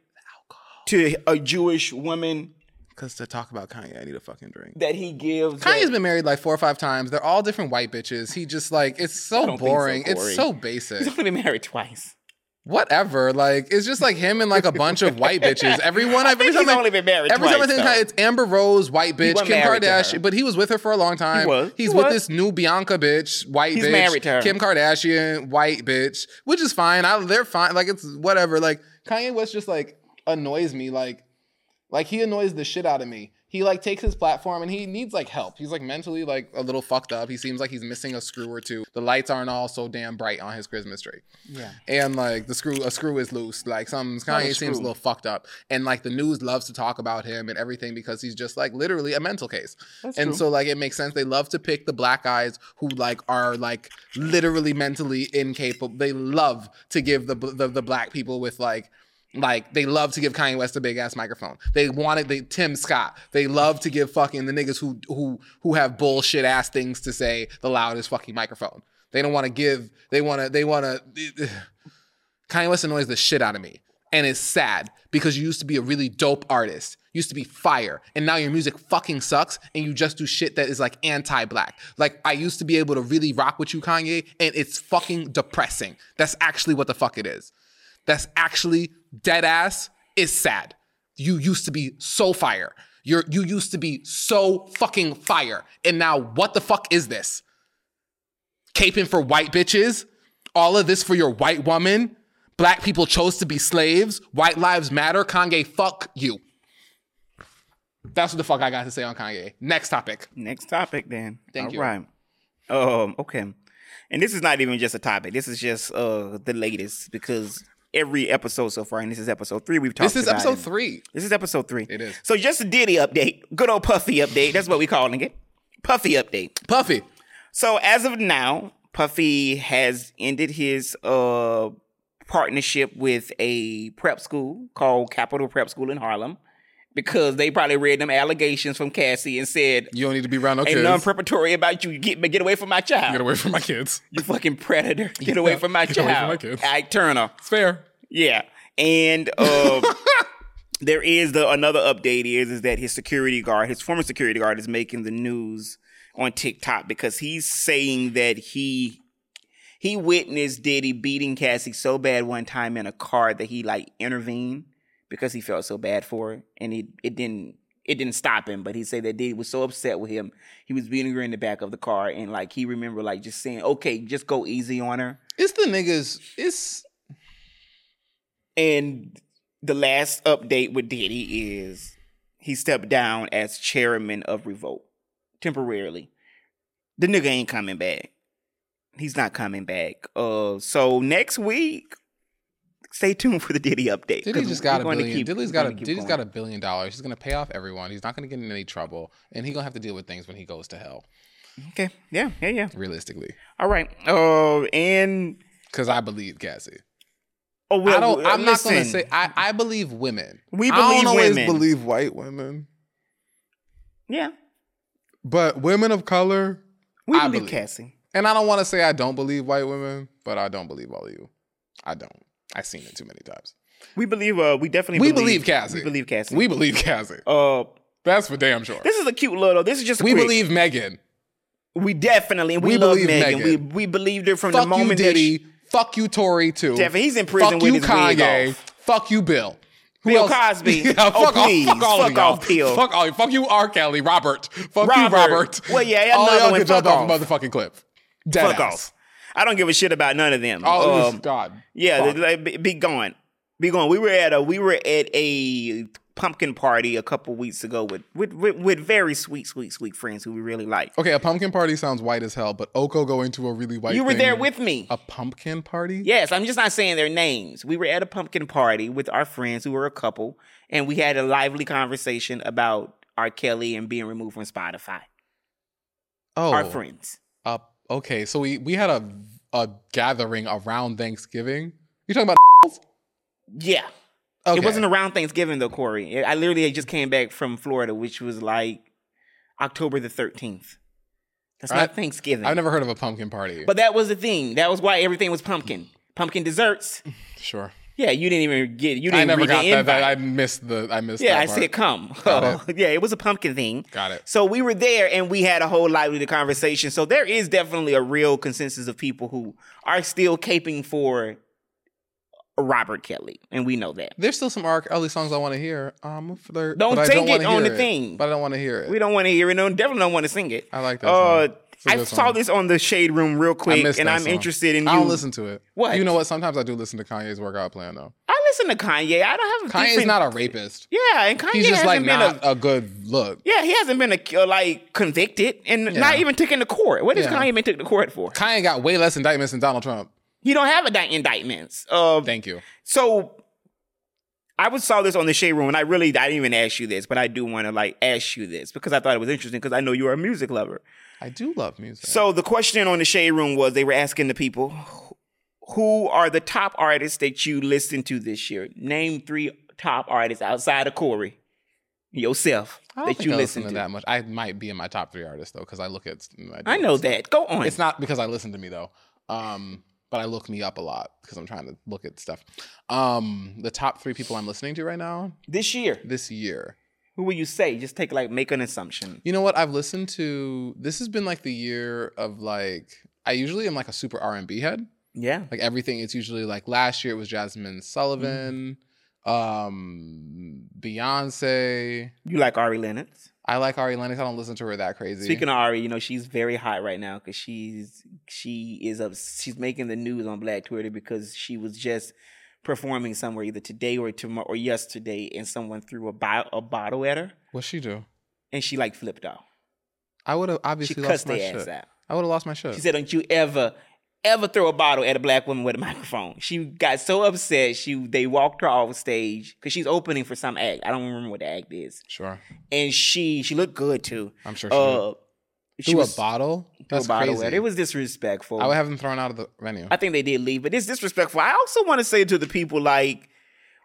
A: to a Jewish woman
B: Because to talk about Kanye, I need a fucking drink.
A: that he gives?
B: Kanye's
A: that-
B: been married like four or five times. They're all different white bitches. He just like it's so
A: don't think so,
B: boring.
A: Corey.
B: it's so
A: he's
B: basic.
A: only been married twice.
B: Whatever. Like it's just like him and like a bunch of white bitches. Everyone I've
A: I
B: every
A: think he's
B: time I-
A: only been married
B: every
A: twice.
B: time I think Kanye,
A: though.
B: it's Amber Rose, white bitch,
A: wasn't
B: Kim
A: married to her.
B: Kardashian. But he was with her for a long time.
A: was.
B: He's
A: He
B: with
A: was.
B: this new Bianca bitch, white
A: He's
B: bitch,
A: married to her.
B: Kim Kardashian, white bitch, which is fine. I, they're fine. Like it's whatever. Like Kanye West just like annoys me. Like like he annoys the shit out of me. He like takes his platform and he needs like help. He's like mentally like a little fucked up. He seems like he's missing a screw or two. The lights aren't all so damn bright on his Christmas tree.
A: Yeah.
B: And like the screw a screw is loose. Like some
A: not a
B: Kanye seems
A: screw.
B: a little fucked up. And like the news loves to talk about him and everything because he's just like literally a mental case.
A: That's
B: and
A: true.
B: so like it makes sense. They love to pick the black guys who like are like literally mentally incapable. They love to give the the, the black people with like like they love to give Kanye West a big ass microphone. They wanted they Tim Scott. They love to give fucking the niggas who who who have bullshit ass things to say the loudest fucking microphone. They don't want to give. They want to. They want to. Kanye West annoys the shit out of me, and it's sad because you used to be a really dope artist. You used to be fire, and now your music fucking sucks, and you just do shit that is like anti-black. Like I used to be able to really rock with you, Kanye, and it's fucking depressing. That's actually what the fuck it is that's actually dead ass is sad. You used to be so fire. You're you used to be so fucking fire. And now what the fuck is this? Caping for white bitches? All of this for your white woman? Black people chose to be slaves. White lives matter. Kanye, fuck you. That's what the fuck I got to say on Kanye. Next topic.
A: Next topic, then.
B: Thank
A: All
B: you.
A: right. Um, okay. And this is not even just a topic. This is just uh the latest because every episode so far, and this is episode three, we've talked
B: This is
A: about
B: episode
A: it.
B: three.
A: This is episode three.
B: It is.
A: So just a Diddy update. Good old Puffy update. That's what we calling it. Puffy update.
B: Puffy.
A: So as of now, Puffy has ended his uh partnership with a prep school called Capital Prep School in Harlem because they probably read them allegations from Cassie and said,
B: You don't need to be around no
A: "Ain't
B: kids.
A: nothing preparatory about you. Get get away from my child.
B: Get away from my kids.
A: You fucking predator. Get away from my
B: Get
A: child.
B: away from my kids.
A: Ike Turner.
B: It's fair.
A: Yeah. And um, there is the another update is is that his security guard, his former security guard, is making the news on TikTok because he's saying that he he witnessed Diddy beating Cassie so bad one time in a car that he like intervened because he felt so bad for it and it it didn't it didn't stop him, but he said that Diddy was so upset with him, he was beating her in the back of the car, and like he remembered like just saying, "Okay, just go easy on her."
B: It's the niggas. It's
A: And the last update with Diddy is he stepped down as chairman of Revolt temporarily. The nigga ain't coming back. He's not coming back. Uh, so next week, stay tuned for the Diddy update.
B: Diddy
A: 'cause
B: just
A: we're
B: got a
A: gonna
B: billion.
A: keep-
B: Diddy's
A: we're
B: got a
A: gonna keep
B: Diddy's
A: going.
B: got a billion dollars. He's gonna pay off everyone. He's not gonna get in any trouble, and he's gonna have to deal with things when he goes to hell.
A: Okay. Yeah. Yeah. Yeah.
B: Realistically,
A: All right. Uh, and
B: because I believe Cassie.
A: oh, well,
B: I don't. I'm not gonna
A: listen.
B: say. I, I believe women.
A: We
B: I
A: believe
B: don't always
A: women.
B: believe white women,
A: Yeah.
B: but women of color.
A: We
B: I
A: believe,
B: believe.
A: Cassie.
B: And I don't want to say I don't believe white women, but I don't believe all of you. I don't. I've seen it too many times.
A: We believe. Uh, we definitely.
B: We believe Cassie.
A: We believe Cassie.
B: We believe Cassie.
A: uh,
B: That's for damn sure.
A: this is a cute little. This is just a
B: We
A: quick-
B: believe Megan.
A: We definitely we,
B: We
A: love
B: believe
A: Megan.
B: Megan.
A: We we believed her from the
B: Fuck you,
A: moment that
B: Diddy.
A: she,
B: Fuck you, Tory too.
A: Jeff, he's in prison
B: Fuck
A: with
B: you,
A: his wig
B: Kanye.
A: off.
B: Fuck you, Bill. Who
A: Bill
B: else?
A: Cosby.
B: Yeah,
A: Oh,
B: fuck off.
A: please.
B: Fuck all
A: Fuck
B: of y'all.
A: off, Bill.
B: Fuck all. Fuck you, R. Kelly. Robert. Fuck
A: Robert.
B: you, Robert.
A: Well, yeah, yeah,
B: all
A: another
B: y'all
A: one.
B: can jump
A: Fuck
B: off a motherfucking cliff. Dead
A: fuck
B: ass.
A: off. I don't give a shit about none of them.
B: Oh
A: Um,
B: God.
A: yeah,
B: Fuck.
A: they- like, be, be gone, be gone. We were at a we were at a pumpkin party a couple weeks ago with with with, with very sweet, sweet, sweet friends who we really like.
B: Okay, a pumpkin party sounds white as hell, but Oko going to a really white.
A: You were
B: thing-
A: there with me.
B: a pumpkin party.
A: Yes, I'm just not saying their names. We were at a pumpkin party with our friends who were a couple, and we had a lively conversation about R. Kelly and being removed from Spotify.
B: Oh,
A: Our friends.
B: Uh, okay, so we we had a a gathering around Thanksgiving. You talking about?
A: Yeah.
B: Okay.
A: It wasn't around Thanksgiving though, Corey. I I literally had just came back from Florida, which was like October the 13th. That's not
B: I-
A: Thanksgiving.
B: I've never heard of a pumpkin party.
A: but that was the thing. That was why everything was pumpkin. Pumpkin desserts.
B: sure.
A: Yeah, you didn't even get. You didn't
B: I never
A: read the
B: got that.
A: invite.
B: that. I missed the. I missed.
A: yeah,
B: that
A: I
B: part.
A: said come.
B: Got
A: yeah, it was a pumpkin thing.
B: Got it.
A: So we were there and we had a whole lively conversation. So there is definitely a real consensus of people who are still caping for Robert Kelly, and we know that.
B: There's still some R. Kelly songs I want to hear. Um, a flirt,
A: Don't
B: but I
A: take
B: don't wanna
A: it on
B: hear
A: the thing.
B: But I don't want to hear it.
A: We don't want to hear it. No, definitely don't want to sing it.
B: I like that.
A: Uh,
B: song. It's a
A: I
B: good
A: saw
B: song.
A: this on the Shade Room real quick,
B: missed
A: and
B: that
A: I'm
B: song.
A: interested in you.
B: I don't listen to it.
A: What?
B: You know what? Sometimes I do listen to Kanye's workout plan though.
A: I listen to Kanye. I don't have a
B: Kanye's
A: different-
B: not a rapist.
A: Yeah, and Kanye
B: He's just
A: hasn't
B: like
A: been
B: not
A: a.
B: a, good look.
A: Yeah, he hasn't been a, uh, like convicted and not even taken to court. What has
B: Yeah.
A: Kanye been taken to court for?
B: Kanye got way less indictments than Donald Trump.
A: He don't have a di- indictments. Uh,
B: Thank you.
A: So I was saw this on the shade room, and I really I didn't even ask you this, but I do want to like ask you this because I thought it was interesting because I know you are a music lover.
B: I do love music.
A: So the question on the shade room was they were asking the people who are the top artists that you listen to this year? Name three top artists outside of Corey yourself
B: I don't
A: that
B: think
A: you
B: I
A: listen, to.
B: that much. I might be in my top three artists though, because I look at.
A: I know that. Go on.
B: It's not because I listen to me though. Um, but I look me up a lot because I'm trying to look at stuff. Um, the top three people I'm listening to right now
A: this year.
B: this year.
A: Who will you say? Just take like make an assumption.
B: You know what? I've listened to. This has been like the year of like. I usually am like a super R and B head.
A: Yeah.
B: Like everything, it's usually like last year it was Jasmine Sullivan, um, Beyonce.
A: You like Ari Lennox?
B: I like Ari Lennox. I don't listen to her that crazy.
A: Speaking of Ari, you know she's very hot right now because she's she is up. She's making the news on Black Twitter because she was just performing somewhere either today or tomorrow or yesterday, and someone threw a, bo- a bottle at her,
B: what she do?
A: and she like flipped off.
B: I would have
A: She
B: obviously
A: cussed
B: lost my
A: their ass
B: shit.
A: out.
B: I would have lost my shit.
A: She said, "Don't you ever, ever throw a bottle at a black woman with a microphone." She got so upset. She they walked her off stage because she's opening for some act. I don't remember what the act is.
B: sure.
A: And she she looked good too.
B: I'm sure she would.
A: Uh,
B: Threw
A: was-
B: a bottle?
A: threw a
B: That's
A: bottle at
B: crazy.
A: her. It was disrespectful.
B: I would have him thrown out of the venue.
A: I think they did leave, but it's disrespectful. I also want to say to the people, like,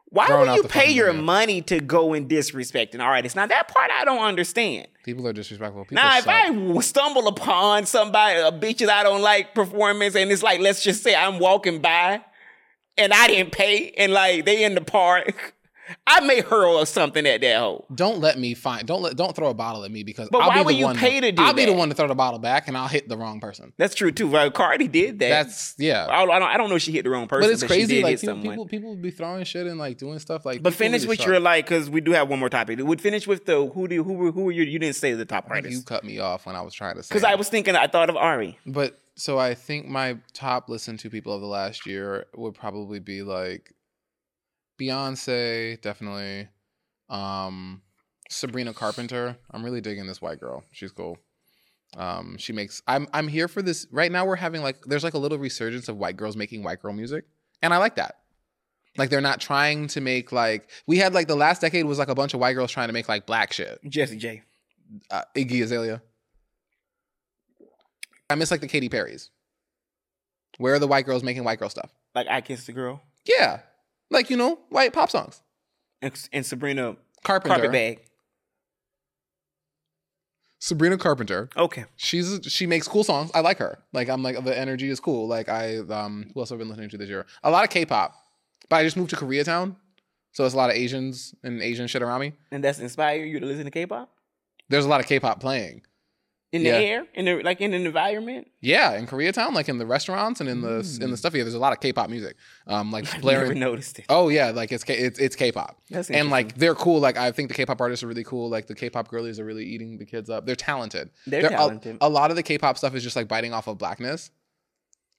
A: why
B: Throwing
A: would
B: out
A: you
B: the
A: pay
B: fucking
A: your
B: video.
A: money to go and disrespect an artist? Now that part I don't understand.
B: People are disrespectful. People
A: Now, if
B: suck.
A: I w- stumble upon somebody, a bitches I don't like performance, and it's like, let's just say I'm walking by and I didn't pay, and like they in the park, I may hurl something at that hoe.
B: don't let me find. Don't let. Don't throw a bottle at me because.
A: But
B: I'll
A: why
B: be the
A: would you
B: one
A: pay to do
B: I'll be the
A: that?
B: one to throw the bottle back, and I'll hit the wrong person.
A: That's true too. Right? Cardi did that.
B: That's yeah.
A: I don't, I don't- I don't know if she hit the wrong person,
B: but
A: but
B: it's
A: She
B: crazy.
A: did
B: Like
A: hit
B: people,
A: someone.
B: people, people be throwing shit and like doing stuff like.
A: But
B: people
A: finish
B: really
A: with
B: suck.
A: your like, because we do have one more topic. We'd finish with the who do you- who were who were you? You didn't say the top
B: You
A: artists
B: cut me off when I was trying to say.
A: because I was thinking I thought of Ari.
B: But so I think my top listened to people of the last year would probably be like Beyonce, definitely. Um Sabrina Carpenter. I'm really digging this white girl. She's cool. Um she makes I'm I'm here for this. Right now we're having like there's like a little resurgence of white girls making white girl music. And I like that. Like they're not trying to make like we had like the last decade was like a bunch of white girls trying to make like black shit.
A: Jesse J.
B: Uh, Iggy Azalea. I miss like the Katy Perry's. Where are the white girls making white girl stuff?
A: Like I kissed a girl
B: Yeah, like you know, white pop songs.
A: and, and Sabrina
B: Carpenter,
A: Carpetbag.
B: Sabrina Carpenter.
A: Okay,
B: She's she makes cool songs. I like her. Like I'm like the energy is cool. Like I um who else have I been listening to this year? A lot of K-pop, but I just moved to Koreatown, so it's a lot of Asians and Asian shit around me.
A: and that's inspire you to listen to K-pop
B: There's a lot of K-pop playing.
A: in the
B: Yeah.
A: air, in the like in an environment.
B: Yeah, in Koreatown, like in the restaurants and in the in the stuff here, there's a lot of K-pop music. Um, like
A: I
B: blaring
A: never noticed it.
B: Oh yeah, like it's K- it's it's K-pop,
A: That's
B: and like they're cool. Like I think the K-pop artists are really cool. Like the K-pop girlies are really eating the kids up. They're talented.
A: They're
B: a-
A: talented.
B: A, lot of the K-pop stuff is just like biting off of blackness.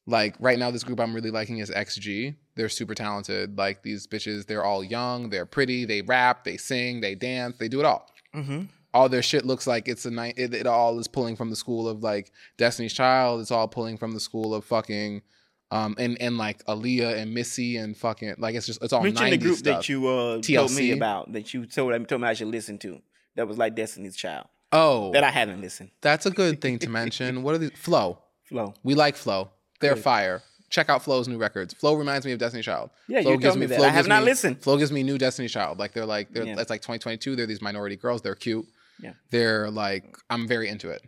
B: Like right now, this group I'm really liking is XG. They're super talented. Like these bitches, they're all young, they're pretty, they rap, they sing, they dance, they do it all.
A: mm-hmm.
B: All their shit looks like it's a night. It, it all is pulling from the school of like Destiny's Child. It's all pulling from the school of fucking. Um, and and like Aaliyah and Missy and fucking like it's just it's all
A: Mention
B: 90s
A: the group
B: stuff.
A: that you uh, told
B: TLC.
A: me about that you told I told me I should listen to. That was like Destiny's Child
B: Oh,
A: that I haven't listened.
B: that's a good thing to mention. What are these? Flow.
A: Flo,
B: We like Flow. They're fire. Check out Flow's new records. Flow reminds me of Destiny Child.
A: Yeah,
B: Flo
A: you
B: gives
A: told me that.
B: Flo
A: I have
B: gives
A: not
B: me-
A: listened.
B: Flow gives me new Destiny Child. Like they're like they're
A: Yeah.
B: that's like 2022. They're these minority girls. They're cute.
A: Yeah.
B: They're like I'm very into it.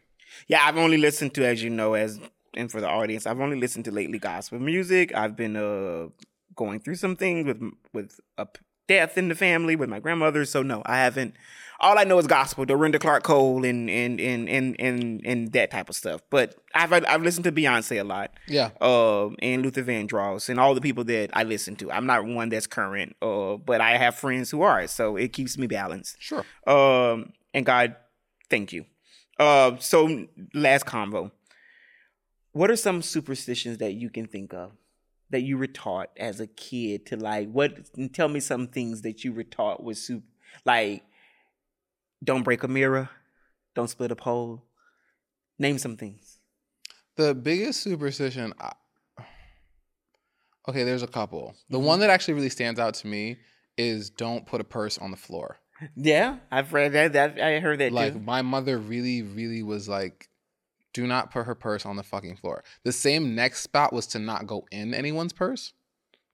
A: Yeah, I've only listened to, as you know, as and for the audience, I've only listened to lately gospel music. I've been uh going through some things with with a p- death in the family with my grandmother. So no, I haven't. All I know is gospel, Dorinda Clark Cole, and and and and and, and that type of stuff. But I've I've listened to Beyonce a lot.
B: Yeah.
A: Um, and Luther Vandross and all the people that I listen to. I'm not one that's current, uh, but I have friends who are, so it keeps me balanced.
B: Sure.
A: Um, and God, thank you. Uh, so last convo. What are some superstitions that you can think of that you were taught as a kid to like? What tell me some things that you were taught was super like. Don't break a mirror. Don't split a pole. Name some things.
B: The biggest superstition. I, okay, there's a couple. The one that actually really stands out to me is don't put a purse on the floor.
A: Yeah, I've read that. that I heard that
B: like
A: too.
B: my mother really really was like do not put her purse on the fucking floor the same next spot was to not go in anyone's purse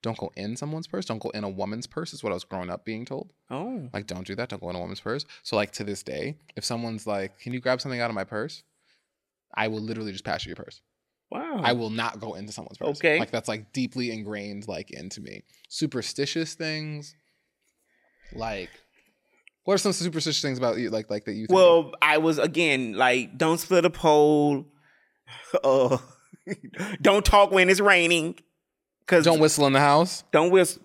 B: don't go in someone's purse don't go in a woman's purse is what i was growing up being told
A: Oh,
B: like don't do that don't go in a woman's purse so like to this day if someone's like can you grab something out of my purse i will literally just pass you your purse
A: wow.
B: i will not go into someone's purse
A: Okay.
B: like that's like deeply ingrained like into me superstitious things like what are some superstitious things about you like like that you think of?
A: Well, I was again like, don't split a pole. Uh, don't talk when it's raining. Cause
B: Don't
A: don't
B: whistle in the house.
A: don't whistle.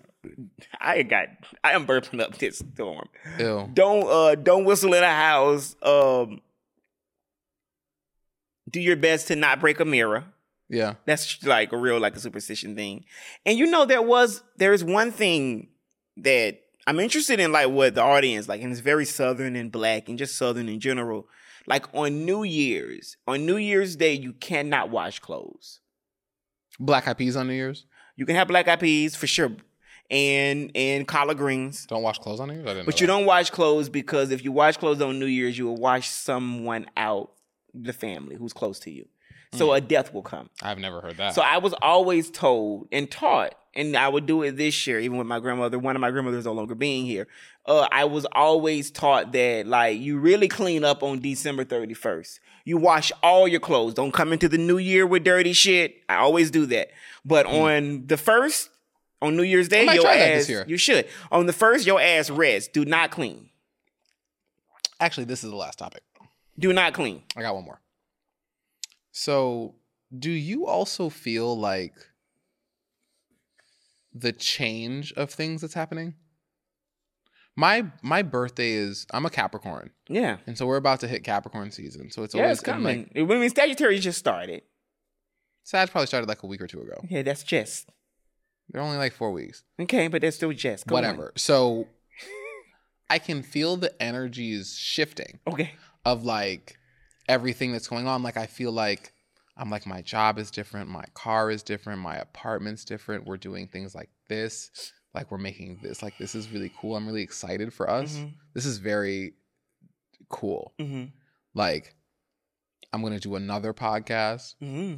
A: I got I am burping up this storm.
B: Ew.
A: Don't uh don't whistle in the house. Um, do your best to not break a mirror.
B: Yeah.
A: That's like a real like a superstition thing. And you know there was there is one thing that I'm interested in like what the audience like and it's very southern and black and just southern in general. Like on New Year's, on New Year's Day, you cannot wash clothes.
B: Black eyed peas on New Year's.
A: You can have black eyed peas for sure, and and collard greens.
B: Don't wash clothes on New Year's. I didn't.
A: But you don't wash clothes because if you wash clothes on New Year's, you will wash someone out, the family who's close to you. So a death will come.
B: don't. I've never heard that.
A: So I was always told and taught, and I would do it this year, even with my grandmother. One of my grandmothers no longer being here. Uh, I was always taught that like you really clean up on December thirty first. You wash all your clothes. Don't come into the new year with dirty shit. I always do that. But on the first, on New Year's Day,
B: Hmm. might
A: your
B: try that
A: ass
B: this year.
A: you should on the first your ass rests. Do not clean.
B: Actually, this is the last topic.
A: Do not clean.
B: I got one more. So, do you also feel like the change of things that's happening? My my birthday is I'm a Capricorn,
A: Yeah,
B: and so we're about to hit Capricorn season. So it's
A: yeah,
B: always
A: it's
B: and,
A: coming.
B: Like,
A: I mean, statutory just started.
B: Sag probably started like a week or two ago.
A: Yeah, that's just
B: They're only like four weeks.
A: okay, but that's still just Go on.
B: Whatever. So I can feel the energies shifting.
A: Okay.
B: of like everything that's going on. Like I feel like I'm like my job is different, my car is different, my apartment's different. We're doing things like this, like we're making this. Like this is really cool. I'm really excited for us.
A: Mhm.
B: This is very cool.
A: Mm-hmm.
B: Like I'm gonna do another podcast
A: Mm-hmm.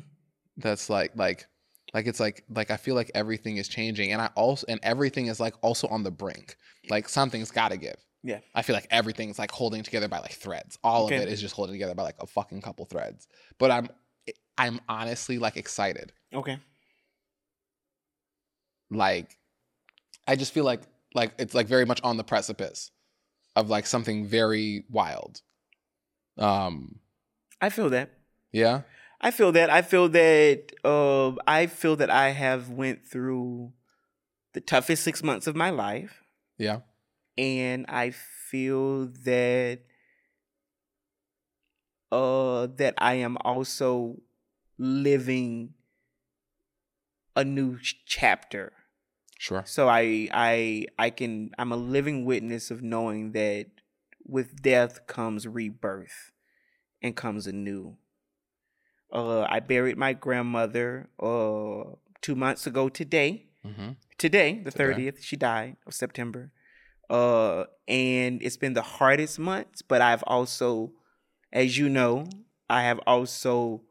B: that's like like like it's like like I feel like everything is changing, and I also and everything is like also on the brink. Like something's got to give.
A: Yeah.
B: I feel like everything's like holding together by like threads. All
A: Okay.
B: of it is just holding together by like a fucking couple threads. But I'm I'm honestly like excited.
A: Okay.
B: Like I just feel like like it's like very much on the precipice of like something very wild. Um.
A: I feel that.
B: Yeah.
A: I feel that. I feel that. Uh, I feel that I have went through the toughest six months of my life,
B: Yeah.
A: and I feel that. Uh, that I am also living a new ch- chapter.
B: Sure.
A: So I, I, I can. I'm a living witness of knowing that with death comes rebirth, and comes anew. Uh, I buried my grandmother uh two months ago today.
B: Mm-hmm.
A: Today, the
B: Today.
A: thirtieth, she died of September. Uh, and it's been the hardest months, but I've also, as you know, I have also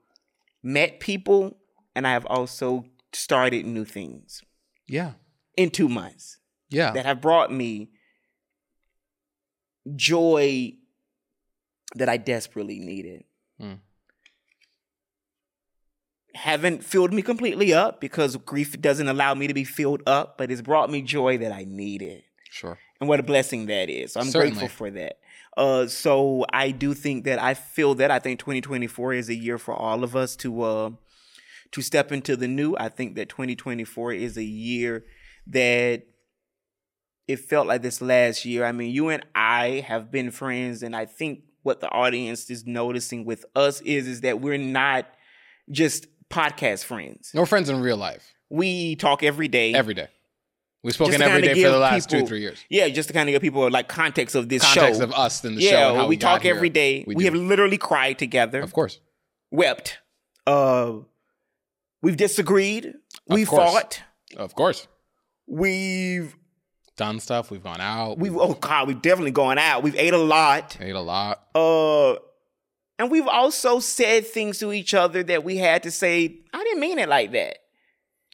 A: met people, and I have also started new things
B: Yeah.
A: in two months
B: Yeah.
A: that have brought me joy that I desperately needed.
B: Mm.
A: Haven't filled me completely up because grief doesn't allow me to be filled up, but it's brought me joy that I needed.
B: Sure.
A: And what a blessing that is. So I'm
B: Certainly.
A: grateful for that. Uh, so I do think that I feel that I think 2024 is a year for all of us to uh, to step into the new. I think that 2024 is a year that it felt like this last year. I mean, you and I have been friends, and I think what the audience is noticing with us is is that we're not just podcast friends.
B: No friends in real life.
A: We talk every day.
B: Every day. We've
A: Just
B: spoken
A: to
B: every
A: kinda
B: day for the
A: give
B: last two,
A: people-
B: three years.
A: yeah, just to kind of give people like context of this
B: Context
A: show.
B: of us in the show.
A: yeah,
B: and how
A: we,
B: we got
A: talk every
B: here.
A: day. We,
B: do.
A: have literally cried together,
B: of course.
A: wept, uh, we've disagreed, we
B: course.
A: fought,
B: Of course.
A: we've
B: Done stuff. We've gone out.
A: we
B: We've
A: have oh god, we've definitely gone out, we've ate a lot,
B: ate a lot.
A: uh, and we've also said things to each other that we had to say. I didn't mean it like that.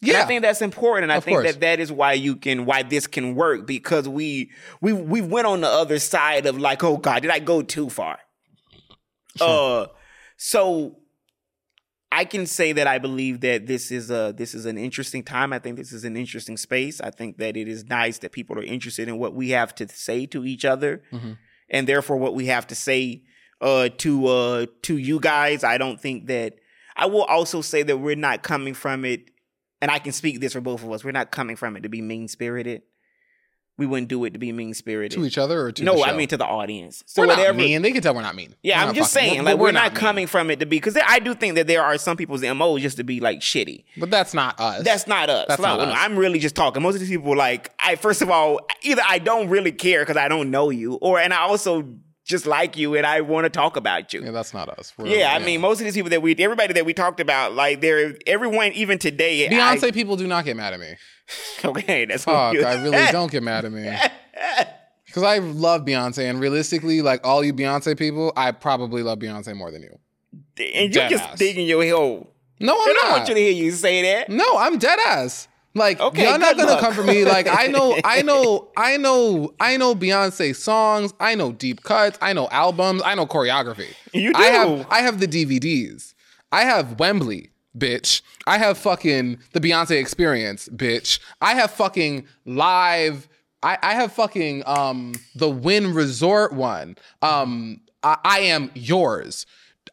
A: And I think that's important, and I
B: Of
A: think
B: course.
A: that that is why you can, why this can work because we we we went on the other side of like, oh God, did I go too far? Uh, so I can say that I believe that this is a this is an interesting time. I think this is an interesting space. I think that it is nice that people are interested in what we have to say to each other,
B: Mhm.
A: and therefore what we have to say uh, to uh, to you guys. I don't think that I will also say that we're not coming from it, and I can speak this for both of us. We're not coming from it to be mean spirited. We wouldn't do it to be mean spirited.
B: to each other or to
A: no,
B: the
A: I
B: show?
A: mean to the audience. So
B: we're
A: whatever.
B: not mean. They can tell we're not mean.
A: Yeah,
B: We're
A: I'm
B: not
A: just
B: fucking-
A: saying,
B: but
A: like, we're, not,
B: mean.
A: coming from it to be because I do think that there are some people's mo just to be like shitty.
B: But that's not us.
A: That's not us.
B: That's
A: Like,
B: not us.
A: I'm really just talking. Most of these people, like, I first of all, either I don't really care because I don't know you, or and I also just like you and I want to talk about you.
B: Yeah, that's not us. We're-
A: Yeah, I mean, most of these people that we, everybody that we talked about, like they're everyone, even today. I-
B: Beyonce people do not get mad at me.
A: okay, that's what
B: Fuck,
A: you-
B: I really don't get mad at me. Because I love Beyonce, and realistically, like all you Beyonce people, I probably love Beyonce more than you.
A: And you're just
B: Deadass.
A: digging your hole.
B: No, I'm
A: And I
B: not. Mm.
A: don't want you to hear you say that.
B: No, I'm dead ass. Like
A: Okay,
B: y'all not
A: good
B: gonna
A: luck.
B: come for me. Like I know, I know, I know, I know Beyonce songs. I know deep cuts. I know albums. I know choreography.
A: You
B: I
A: do.
B: have, I have the DVDs. I have Wembley, bitch. I have fucking the Beyonce Experience, bitch. I have fucking live. I, I have fucking um the Win Resort one. Um, I, I am yours.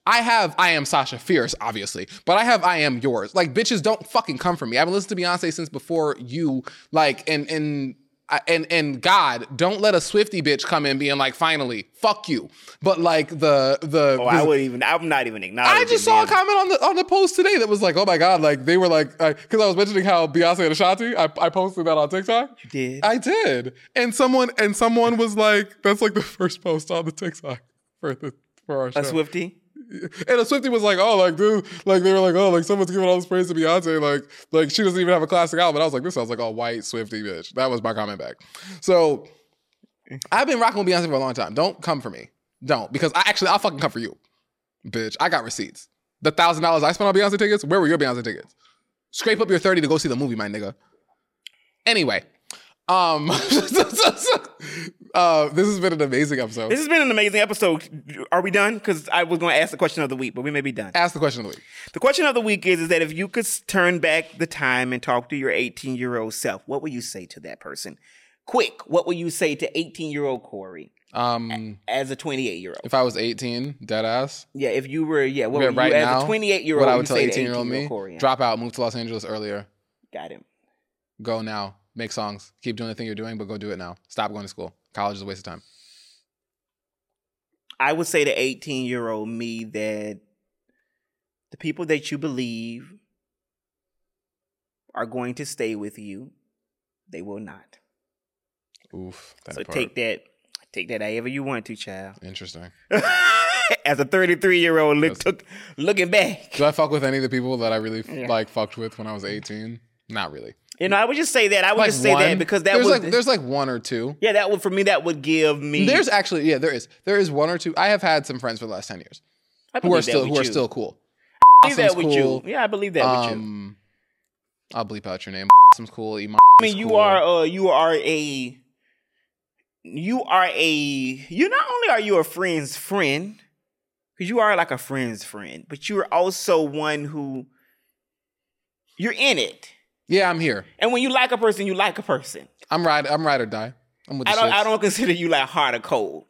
B: I have I am Sasha Fierce, obviously, but I have I am yours. Like bitches, don't fucking come for me. I've been listening to Beyonce since before you. Like and and. I- And and God, don't let a Swifty bitch come in being like, finally, fuck you. But like the the
A: Oh, I would even. I'm not even acknowledging.
B: I just saw a
A: them.
B: comment on the on the post today that was like, oh my god, like they were like, because I was mentioning how Beyonce and Ashanti, I, I posted that on TikTok. You
A: did?
B: I did, and someone and someone was like, that's like the first post on the TikTok for the for our show.
A: a Swifty.
B: and a Swifty was like, oh, like dude, like they were like, oh, like someone's giving all this praise to Beyonce, like like she doesn't even have a classic album. And I was like, this sounds like a white Swifty bitch. That was my comment back. So I've been rocking with Beyonce for a long time. Don't come for me. Don't because I actually I'll fucking come for you, bitch. I got receipts. The thousand dollars I spent on Beyonce tickets. Where were your Beyonce tickets? Scrape up your thirty to go see the movie, my nigga. Anyway, um, uh, this has been an amazing episode.
A: This has been an amazing episode. Are we done? Because I was going to ask the question of the week, but we may be done.
B: Ask the question of the week.
A: The question of the week is, is that if you could s- turn back the time and talk to your 18 year old self, what would you say to that person? Quick, what would you say to 18 year old Corey
B: Um,
A: as a 28 year old?
B: if I was eighteen, dead ass.
A: Yeah, if you were, yeah, what
B: Yeah,
A: would you,
B: right
A: as
B: now,
A: a 28 year
B: what
A: old,
B: I would
A: you
B: tell
A: say to
B: 18 year old
A: 18-year-old
B: me,
A: Corey?
B: drop out, move to Los Angeles earlier,
A: Got him.
B: go now, make songs, keep doing the thing you're doing, but go do it now. Stop going to school. College is a waste of time.
A: I would say to 18 year old me that the people that you believe are going to stay with you, they will not.
B: Oof. That
A: so
B: part.
A: take that, take that however you want to, child.
B: Interesting.
A: as a 33 year old look,
B: That's-
A: took, looking back.
B: Do I fuck with any of the people that I really
A: Yeah.
B: like fucked with when I was 18? Not really.
A: You know, I would just say that. I would
B: Like
A: just say that because that
B: there's
A: was,
B: like there's like one or two.
A: yeah, that would for me that would give me.
B: There's actually yeah, there is. There is one or two. I have had some friends for the last 10 years
A: I
B: who are
A: believe that
B: still
A: with
B: who are
A: you.
B: still cool.
A: I believe that
B: Awesome's
A: with you.
B: cool.
A: Yeah, I believe that with you.
B: Um I'll bleep out your name. Some cool. Iman
A: I mean,
B: is
A: you
B: cool.
A: are uh, you are a you are a you not only are you a friend's friend because you are like a friend's friend, but you are also one who you're in it.
B: Yeah, I'm here.
A: And when you like a person, you like a person.
B: I'm ride. I'm ride or die. I'm with the
A: I don't.
B: shits.
A: I don't consider you like hard or cold.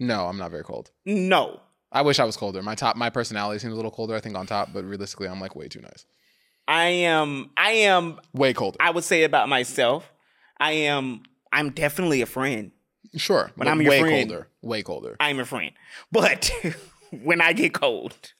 B: No, I'm not very cold.
A: No.
B: I wish I was colder. My top, my personality seems a little colder. I think on top, but realistically, I'm like way too nice.
A: I am I am
B: Way colder.
A: I would say about myself, I am I'm definitely a friend.
B: sure, but
A: I'm
B: way
A: your friend-
B: colder. Way colder.
A: I'm a friend. But when I get cold,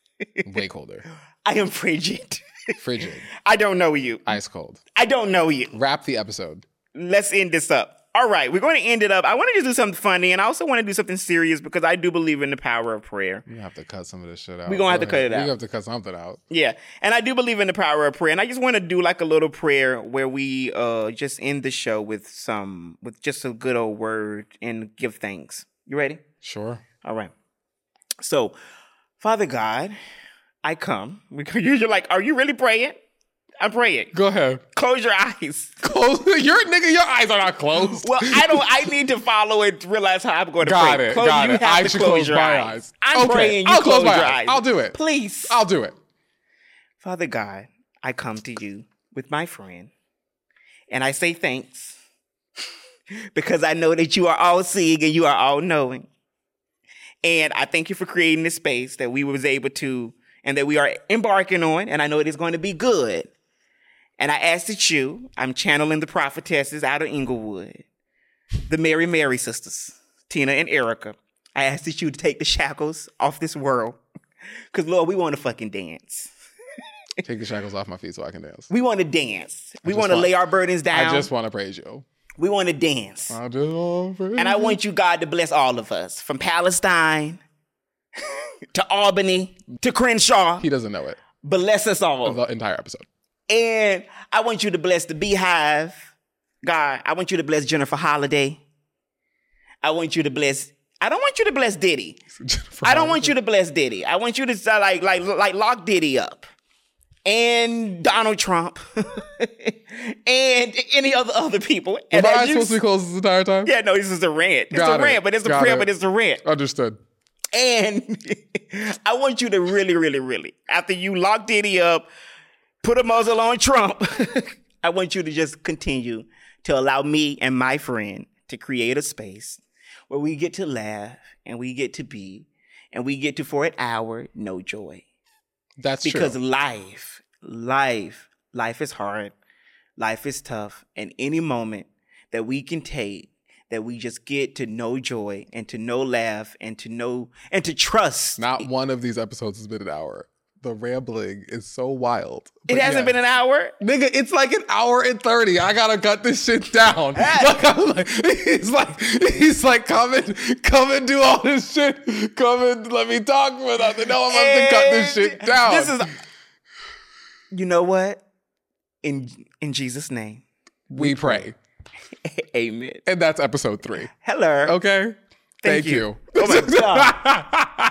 B: way colder.
A: I am frigid.
B: Frigid.
A: I don't know you.
B: Ice cold.
A: I don't know you.
B: Wrap the episode.
A: let's end this up. All right, we're going to end it up. I want to just do something funny, and I also want to do something serious because I do believe in the power of prayer.
B: We have to cut some of this shit out.
A: We gonna have
B: Go
A: to cut
B: ahead.
A: it out.
B: We have to cut something out.
A: Yeah, and I do believe in the power of prayer, and I just want to do like a little prayer where we uh just end the show with some with just a good old word and give thanks. You ready?
B: Sure.
A: All right. So, Father God, I come. You're like, are you really praying? I'm praying.
B: Go ahead.
A: Close your eyes.
B: Close. Your nigga. Your eyes are not closed.
A: Well, I don't. I need to follow and realize how I'm going to
B: Got
A: pray.
B: it,
A: Close,
B: got
A: you
B: it.
A: have
B: I
A: to
B: should
A: close
B: close
A: your
B: my eyes.
A: eyes. I'm
B: Okay,
A: praying. You
B: I'll close
A: close,
B: my
A: your
B: eyes.
A: eyes.
B: I'll do it.
A: Please,
B: I'll do it.
A: Father God, I come to you with my friend, and I say thanks because I know that you are all seeing and you are all knowing, and I thank you for creating this space that we was able to and that we are embarking on, and I know it is going to be good. And I ask that you, I'm channeling the prophetesses out of Inglewood, the Mary Mary sisters, Tina and Erica. I ask that you to take the shackles off this world. Cause Lord, we want to fucking dance.
B: Take the shackles off my feet so I can dance.
A: We want to dance. We
B: just
A: want to
B: want-
A: lay our burdens down.
B: I just want to praise you.
A: We want to dance.
B: I just want to
A: And I want you, God, to bless all of us from Palestine to Albany to Crenshaw.
B: He doesn't know it.
A: Bless us all.
B: The entire episode.
A: And I want you to bless the beehive. God, I want you to bless Jennifer Holiday. I want you to bless. I don't want you to bless Diddy.
B: Jennifer
A: I don't
B: Holland.
A: want you to bless Diddy. I want you to uh, like like like lock Diddy up. And Donald Trump and any other other people. And
B: Am
A: as
B: I
A: you
B: supposed to be closed this entire time?
A: Yeah, no, this is a rant. It's
B: Got
A: a
B: it.
A: rant, but it's a
B: Got
A: prayer,
B: it.
A: but it's a rant.
B: Understood.
A: And I want you to really, really, really, after you lock Diddy up, put a muzzle on Trump, I want you to just continue to allow me and my friend to create a space where we get to laugh and we get to be and we get to, for an hour, no joy.
B: That's
A: Because
B: true.
A: life, life, life is hard. Life is tough. And any moment that we can take that we just get to know joy and to know laugh and to know and to trust.
B: Not one of these episodes has been an hour. The rambling is so wild.
A: it hasn't been an hour.
B: Nigga, it's like an hour and 30. I gotta cut this shit down. Like, I'm like, he's like, he's like, come and, come and do all this shit. Come and let me talk for nothing. No, I'm about to cut this shit
A: And
B: down.
A: This is You know what? In in Jesus' name.
B: we pray.
A: Amen.
B: And that's episode three.
A: Hello.
B: Okay?
A: Thank you.
B: you.
A: Oh my God.